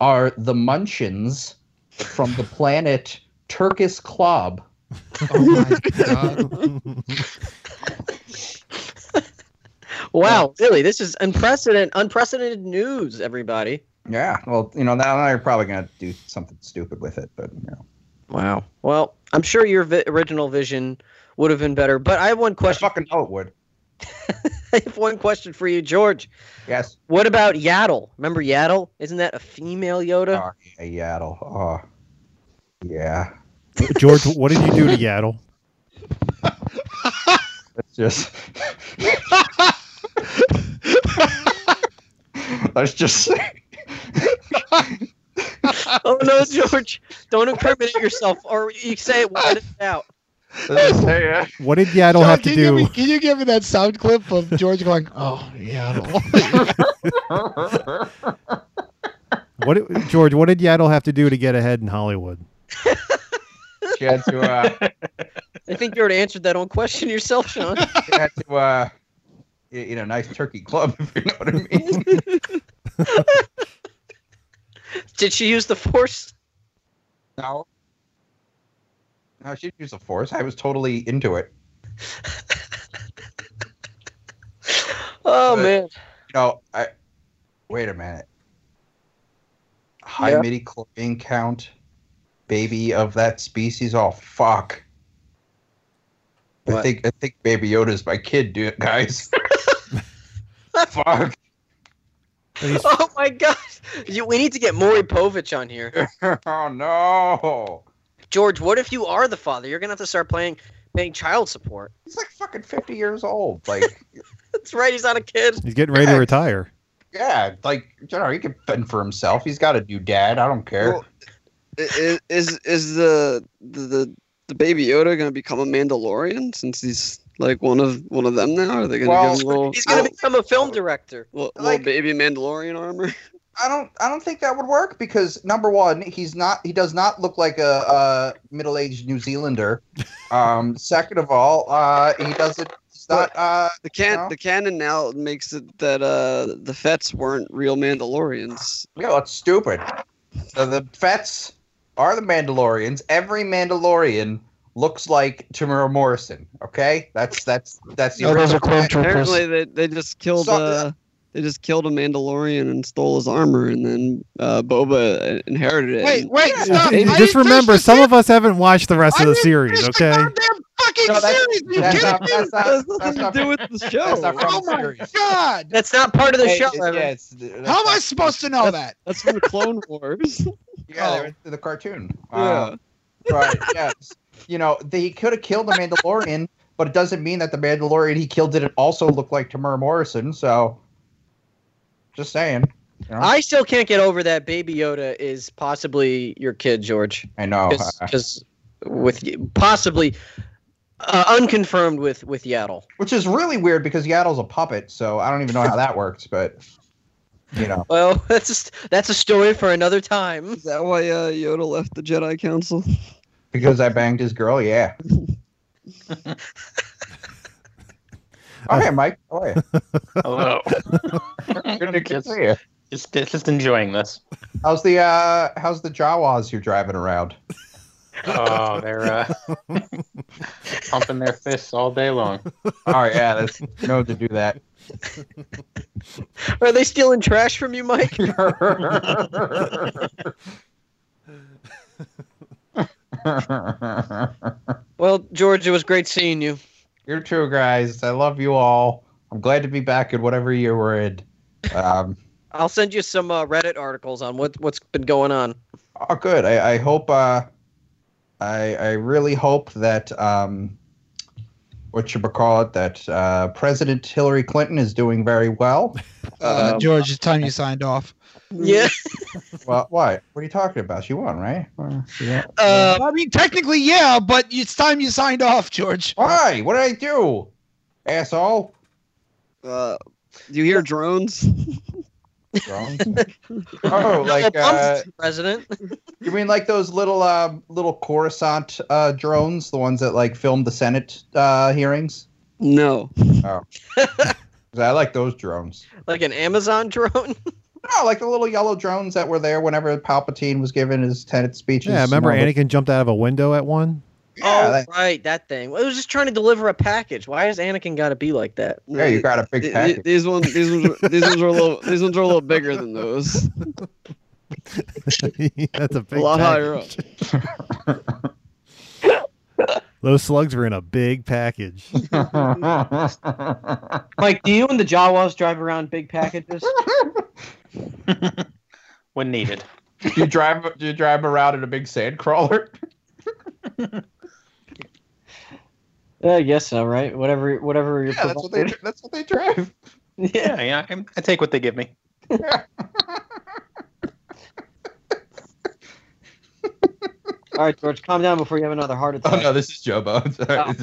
are the munchins from the planet turkish club
Oh my god.
Wow, really? This is unprecedented, unprecedented news, everybody.
yeah well you know now they're probably going to do something stupid with it but you know
Wow. Well, I'm sure your vi- original vision would have been better, but I have one question.
I fucking know it would.
I have one question for you, George.
Yes.
What about Yaddle? Remember Yaddle? Isn't that a female Yoda?
Oh, yeah, Yaddle. Oh. Yeah.
George, what did you do to Yaddle?
Let's just. Let's just say.
Oh no, George! Don't incriminate yourself, or you say it when it's out.
Let's just say. Uh,
What did Yaddle have to
can,
do?
you give me, can you give me that sound clip of George going, oh, yeah. I don't-
What did, George? What did Yaddle have to do to get ahead in Hollywood?
she had to. Uh,
I think you already answered that on question yourself, Sean.
she had to. Uh, y- you know, nice turkey club, if you know what I mean.
Did she use the force?
No. No, she didn't use the force. I was totally into it.
Oh
But-
man.
You know, I wait a minute. High
Yeah.
midi chlorine count, baby of that species. Oh fuck. I
What?
think I think Baby Yoda's my kid, dude, guys. Fuck.
And he's-
Oh my god. You, we need to get Maury Povich on here.
oh no.
George, what if you are the father? You're gonna have to start playing paying child support.
He's like fucking fifty years old. Like
That's right, he's not a kid.
he's getting ready to retire.
yeah, like you know, he can fend for himself. He's got a new dad. I don't care.
Well, I- i- is is the the the, the baby Yoda gonna become a Mandalorian since he's like one of one of them now? Are they gonna
Well,
give him a little,
He's gonna
little,
become a film director.
little,
like-
baby Mandalorian armor?
I don't I don't think that would work because number one, he's not he does not look like a, uh middle-aged New Zealander. Um, second of all, uh, he doesn't he's not uh,
The can
No.
the canon now makes it that uh the Fets weren't real Mandalorians.
you know, it's stupid. So the Fets are the Mandalorians. Every Mandalorian looks like Tamura Morrison, okay? That's that's that's the
No, those are
original-
Stormtroopers.
Apparently they, they just killed
So-
uh they just killed a Mandalorian and stole his armor, and then uh, Boba inherited it.
Wait,
and-
wait, stop.
Hey,
I
just
didn't
remember,
finish the
some
damn-
of us haven't watched the rest
I
of the
didn't
series,
finish the
okay?
goddamn fucking
No, that's-
series. Are you
that's
kidding
not-
me?
that's not-
That has
that's
nothing to
not-
do with the show.
that's not from
oh
the
my
series.
god.
That's not part of the
Hey,
show.
it's-
Evan.
yeah, it's-
How am I supposed to know that?
That's from the Clone Wars.
Yeah, they
Oh.
went through the cartoon.
Yeah.
Uh, right. Yes. You know, they could have killed the Mandalorian, but it doesn't mean that the Mandalorian he killed didn't also look like Tamura Morrison. So, just saying. You know?
I still can't get over that Baby Yoda is possibly your kid, George.
I know. uh,
Because with possibly uh, unconfirmed with with Yaddle.
which is really weird because Yaddle's a puppet, so I don't even know how that works. But you know,
Well, that's just, that's a story for another time.
Is that why uh, Yoda left the Jedi Council?
because I banged his girl, yeah. oh hey, Mike. How are you?
Hello.
Good to good to
just,
see you.
just, just enjoying this.
How's the uh, how's the Jawas you're driving around?
Oh, they're uh, pumping their fists all day long.
Oh yeah, that's known to do that.
Are they stealing trash from you, Mike? Well, George, it was great seeing you.
You're true, guys. I love you all. I'm glad to be back in whatever year we're in. Um,
I'll send you some uh, Reddit articles on what what's been going on.
oh, good. I, I hope. Uh, I I really hope that um, what should we call it? That uh, President Hillary Clinton is doing very well.
Uh,
Um,
George, it's time you signed off.
Mm,
Yeah.
well, what? What are you talking about? She won, right? Well, she won.
Uh,
I mean, technically, yeah, but it's time you signed off, George.
Why? What did I do, asshole?
Uh, do you hear drones?
Wrong. oh, like. Uh,
Obama's president.
You mean like those little uh, little Coruscant uh, drones, the ones that like filmed the Senate uh, hearings?
No.
'Cause I like those drones.
like an Amazon drone.
No, like the little yellow drones that were there whenever Palpatine was giving his Senate speeches.
Yeah, remember
and all
Anakin jumped out of a window at one?
the- Yeah,
oh,
that-
right, that thing. Well, it was just trying to deliver a package. Why is Anakin got to be like that?
yeah, you got a
Th-
big
th-
package.
These ones, these ones, were- these ones are a little, these ones are a little bigger than those.
That's a
A
big
lot
package.
higher up.
Those slugs were in a big package.
Mike, do you and the Jawas drive around big packages?
When needed.
do you drive? Do you drive around in a big sand crawler?
Yeah, I guess so, Uh, right? Whatever, whatever you're
Yeah, that's what they.
provided.
That's what they drive.
Yeah, yeah. I, I take what they give me.
All right, George, calm down before you have another heart attack.
Oh no, this is Joe Bones.
Oh.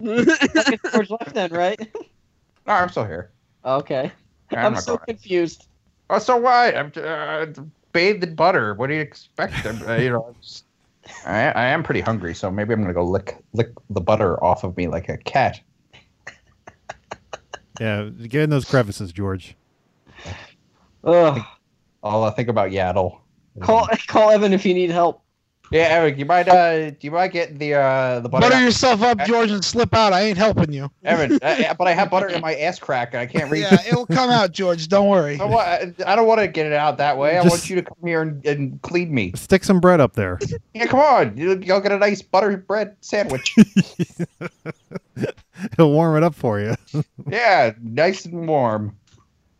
no,
Look at George left then, right?
I'm still here.
Okay.
I'm,
I'm,
not
so
going.
confused.
Oh, so what? I'm uh, bathed in butter. What do you expect? I'm, uh, you know, I'm just- I, I am pretty hungry, so maybe I'm gonna go lick lick the butter off of me like a cat.
yeah, get in those crevices, George.
Ugh.
All I think about Yaddle.
Call call Evan if you need help.
Yeah, Eric, you might uh, you might get the uh the butter.
Butter yourself up, George, and slip out. I ain't helping you.
Evan, I, I- uh, but I have butter in my ass crack and I can't reach.
Yeah, it'll come out, George. Don't worry.
I, wa- I- I don't want to get it out that way. I
Just-
want you to come here and, and clean me.
Stick some bread up there.
Yeah, come on. You, you'll get a nice butter bread sandwich.
He'll warm it up for you.
yeah, nice and warm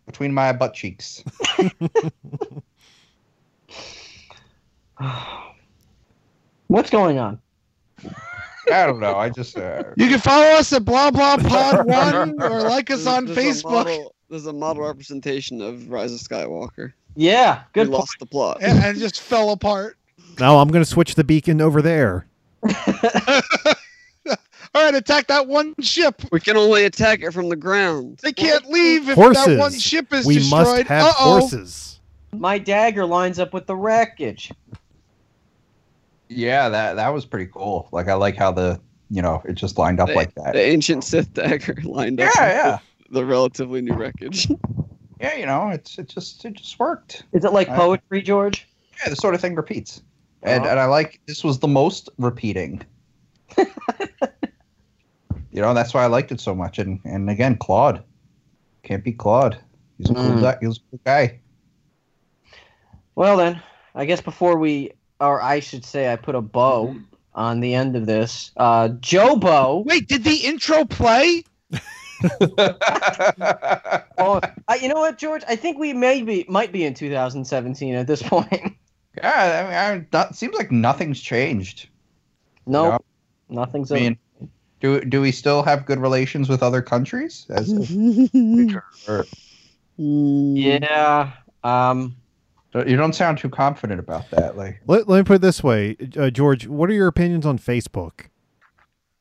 between my butt cheeks.
What's going on?
I don't know. I just uh,
You can follow us at blah blah pod one or like us on
There's- there's a
Facebook.
model- there's a model representation of Rise of Skywalker.
Yeah, good.
we
point.
lost the plot.
And and it just fell apart.
Now I'm going to switch the beacon over there.
All right, attack that one ship.
We can only attack it from the ground.
They can't leave if that
Horses.
one ship is
we
destroyed.
must have
Uh-oh.
horses.
My dagger lines up with the wreckage.
yeah, that that was pretty cool. Like I like how the you know it just lined up
They-
like that.
The ancient Sith dagger lined
Yeah,
up
yeah,
with the relatively new wreckage.
yeah. You know, it's it just it just worked.
Is it like
I-
poetry, George?
Yeah, the sort of thing repeats. And
Uh-huh.
and I like this was the most repeating. you know, that's why I liked it so much. And and again, Claude. Can't be Claude. He's a cool
Mm.
guy. He's a cool guy.
Well then, I guess before we, or I should say, I put a bow on the end of this. Uh, Jobo.
Wait, did the intro play?
Well, Oh, I, you know what, George? I think we maybe might be in 2017 at this point.
yeah, I mean, I, not, seems like nothing's changed.
nope, nothing's.
I mean, do do we still have good relations with other countries? As
Hmm.
yeah. Um.
Uh, you don't sound too confident about that. Like,
Let, let me put it this way, uh, George. What are your opinions on Facebook?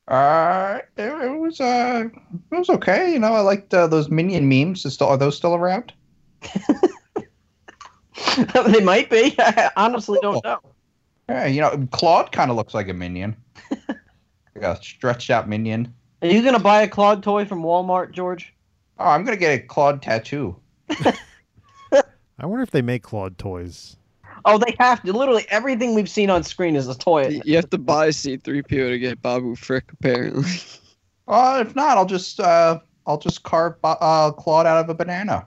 uh, it, it was uh, it was okay. You know, I liked uh, those minion memes. Is still, are those still around?
they might be. I honestly
Oh.
don't know.
Yeah, you know, Claude kind of looks like a minion. like a stretched out minion.
Are you gonna buy a Claude toy from Walmart, George?
Oh, I'm gonna get a Claude tattoo.
I wonder if they make Claude toys.
Oh, they have to. Literally everything we've seen on screen is a toy.
you have to buy C3PO to get Babu Frick, apparently.
Uh, if not, I'll just uh, I'll just carve Bo- uh, Claude out of a banana.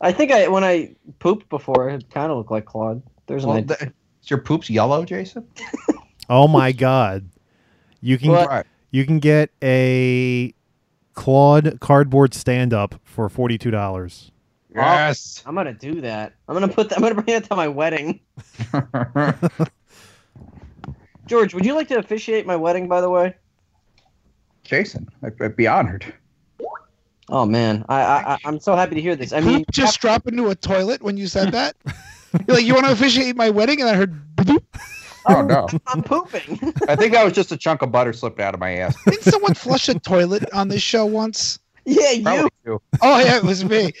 I think I when I pooped before, it kind of looked like Claude. There's an
Well,
idea.
th- is your poops yellow, Jason?
Oh my God! You can
What?
Right.
you can get a Claude cardboard stand up for forty two dollars.
Yes.
I'm gonna do that. I'm gonna put. That, I'm gonna bring that to my wedding. George, would you like to officiate my wedding? By the way.
Jason, I'd, I'd be honored.
Oh man, I, I I- I'm so happy to hear this. I mean,
Poop just drop into a toilet when you said that. You're like, you want to officiate my wedding, and I heard bloop.
Oh no!
I'm pooping.
I think that was just a chunk of butter slipping out of my ass.
Didn't someone flush a toilet on this show once?
yeah, you.
Probably you,
Oh yeah, it was me.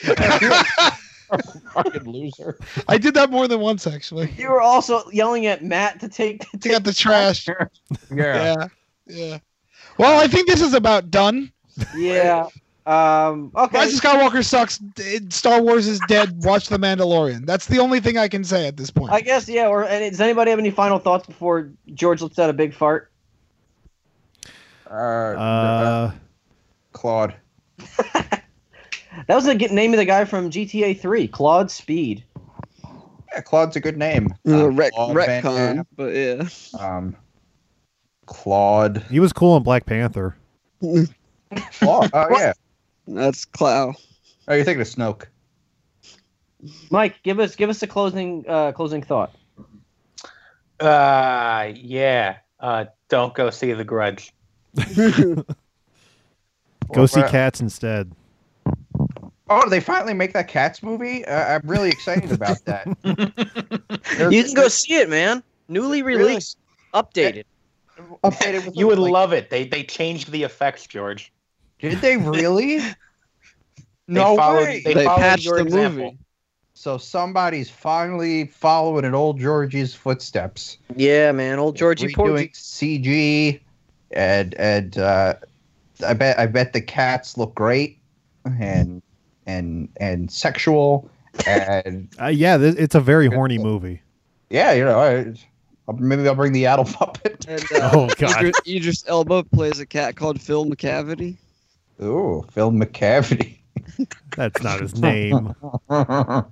fucking loser.
I did that more than once actually.
You were also yelling at Matt to take. To
Take out the trash.
Yeah.
Yeah, yeah. Well, I think this is about done.
yeah. Um. Okay.
Rise of Skywalker sucks. d- Star Wars is dead. Watch The Mandalorian. That's the only thing I can say at this point.
I guess yeah. Or and does anybody have any final thoughts before George lets out a big fart?
Uh, uh,
Uh,
Claude.
That was the g- name of the guy from GTA 3, Claude Speed.
Yeah, Claude's a good name.
Uh,
Uh,
rec-
Claude Van
retcon, but yeah.
Damme, Um, Claude.
he was cool in Black Panther.
Claude. Oh yeah.
That's Clow.
Oh, you're thinking of Snoke.
Mike, give us give us a closing uh, closing thought.
Uh, yeah. Uh, don't go see The Grudge.
Go
Well,
see
uh,
cats instead.
Oh, did they finally make that Cats movie? Uh, I'm really excited about that. They're-
You can go see it, man. Newly released, updated.
they're updated with
You would
like-
love it. They they changed the effects, George.
Did they really?
They
no
followed,
way.
They,
They
followed
patched
your
the
example.
movie.
So somebody's finally following in old Georgie's footsteps.
Yeah, man. Old Georgie
Redoing
Porgy.
CG, and and uh, I bet I bet the cats look great, and and and sexual, and
Uh, yeah, th- it's a very horny movie.
yeah, you know, I, I'll- maybe I'll bring the Adam up.
And uh,
Oh God,
Idris, Idris Elba plays a cat called Phil McCavity.
Ooh, Phil McCavity.
that's not his name.
I,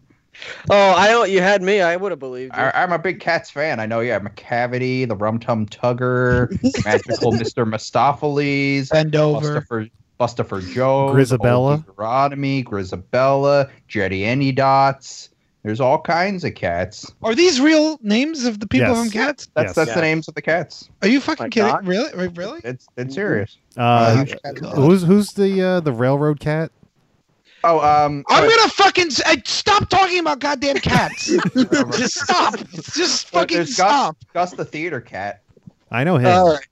Oh, I don't. You had me. I would have believed you.
I'm a big Cats fan. I know, yeah, McCavity, the Rum Tum Tugger, Magical Mr. Mistopheles,
Bend over.
Buster for, Buster for Joe,
Grisabella.
Deuteronomy, Grisabella, Jetty Any Dots. There's all kinds of cats.
Are these real names of the people
Yes.
from Cats?
That's
Yes.
that's
Yeah.
the names of the cats.
Are you fucking
My
kidding?
God.
Really? Re- Really?
It's it's serious.
Uh,
Oh, God.
who's who's the uh, the railroad cat?
Oh, um,
I'm
uh,
gonna fucking s- I- stop talking about goddamn cats. just stop. Just
Well,
fucking
there's Gus,
stop.
Gus the theater cat.
I know him.
Uh,
All right.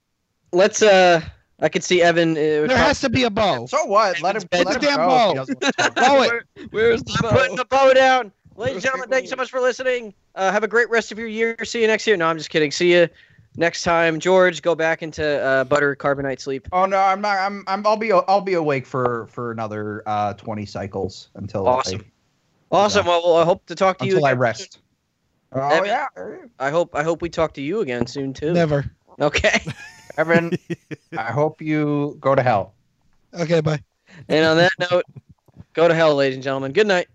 Let's. uh I could see Evan. uh, would
There
prob-
has to be a bow.
So what? Let him,
It's
let
Ben's
him
damn
go. if
ball.
he doesn't want to talk.
Bow it.
Where's the
I'm putting the bow down. Ladies and
Those
gentlemen,
people-
thanks so much for listening. Uh, have a great rest of your year. See you next year. No, I'm just kidding. See you next time. George, go back into uh, butter carbonite sleep.
Oh no, I'm not. I'm. I'm. I'll be. I'll be awake for for another uh 20 cycles until
Awesome. Awesome. Well, well, I hope to talk
I,
to you.
until I
again soon.
rest. Oh
Evan.
yeah,
I hope I hope we talk to you again soon too.
Never.
Okay.
Evan. I hope you go to hell.
Okay, bye.
and on that note, go to hell, ladies and gentlemen. Good night.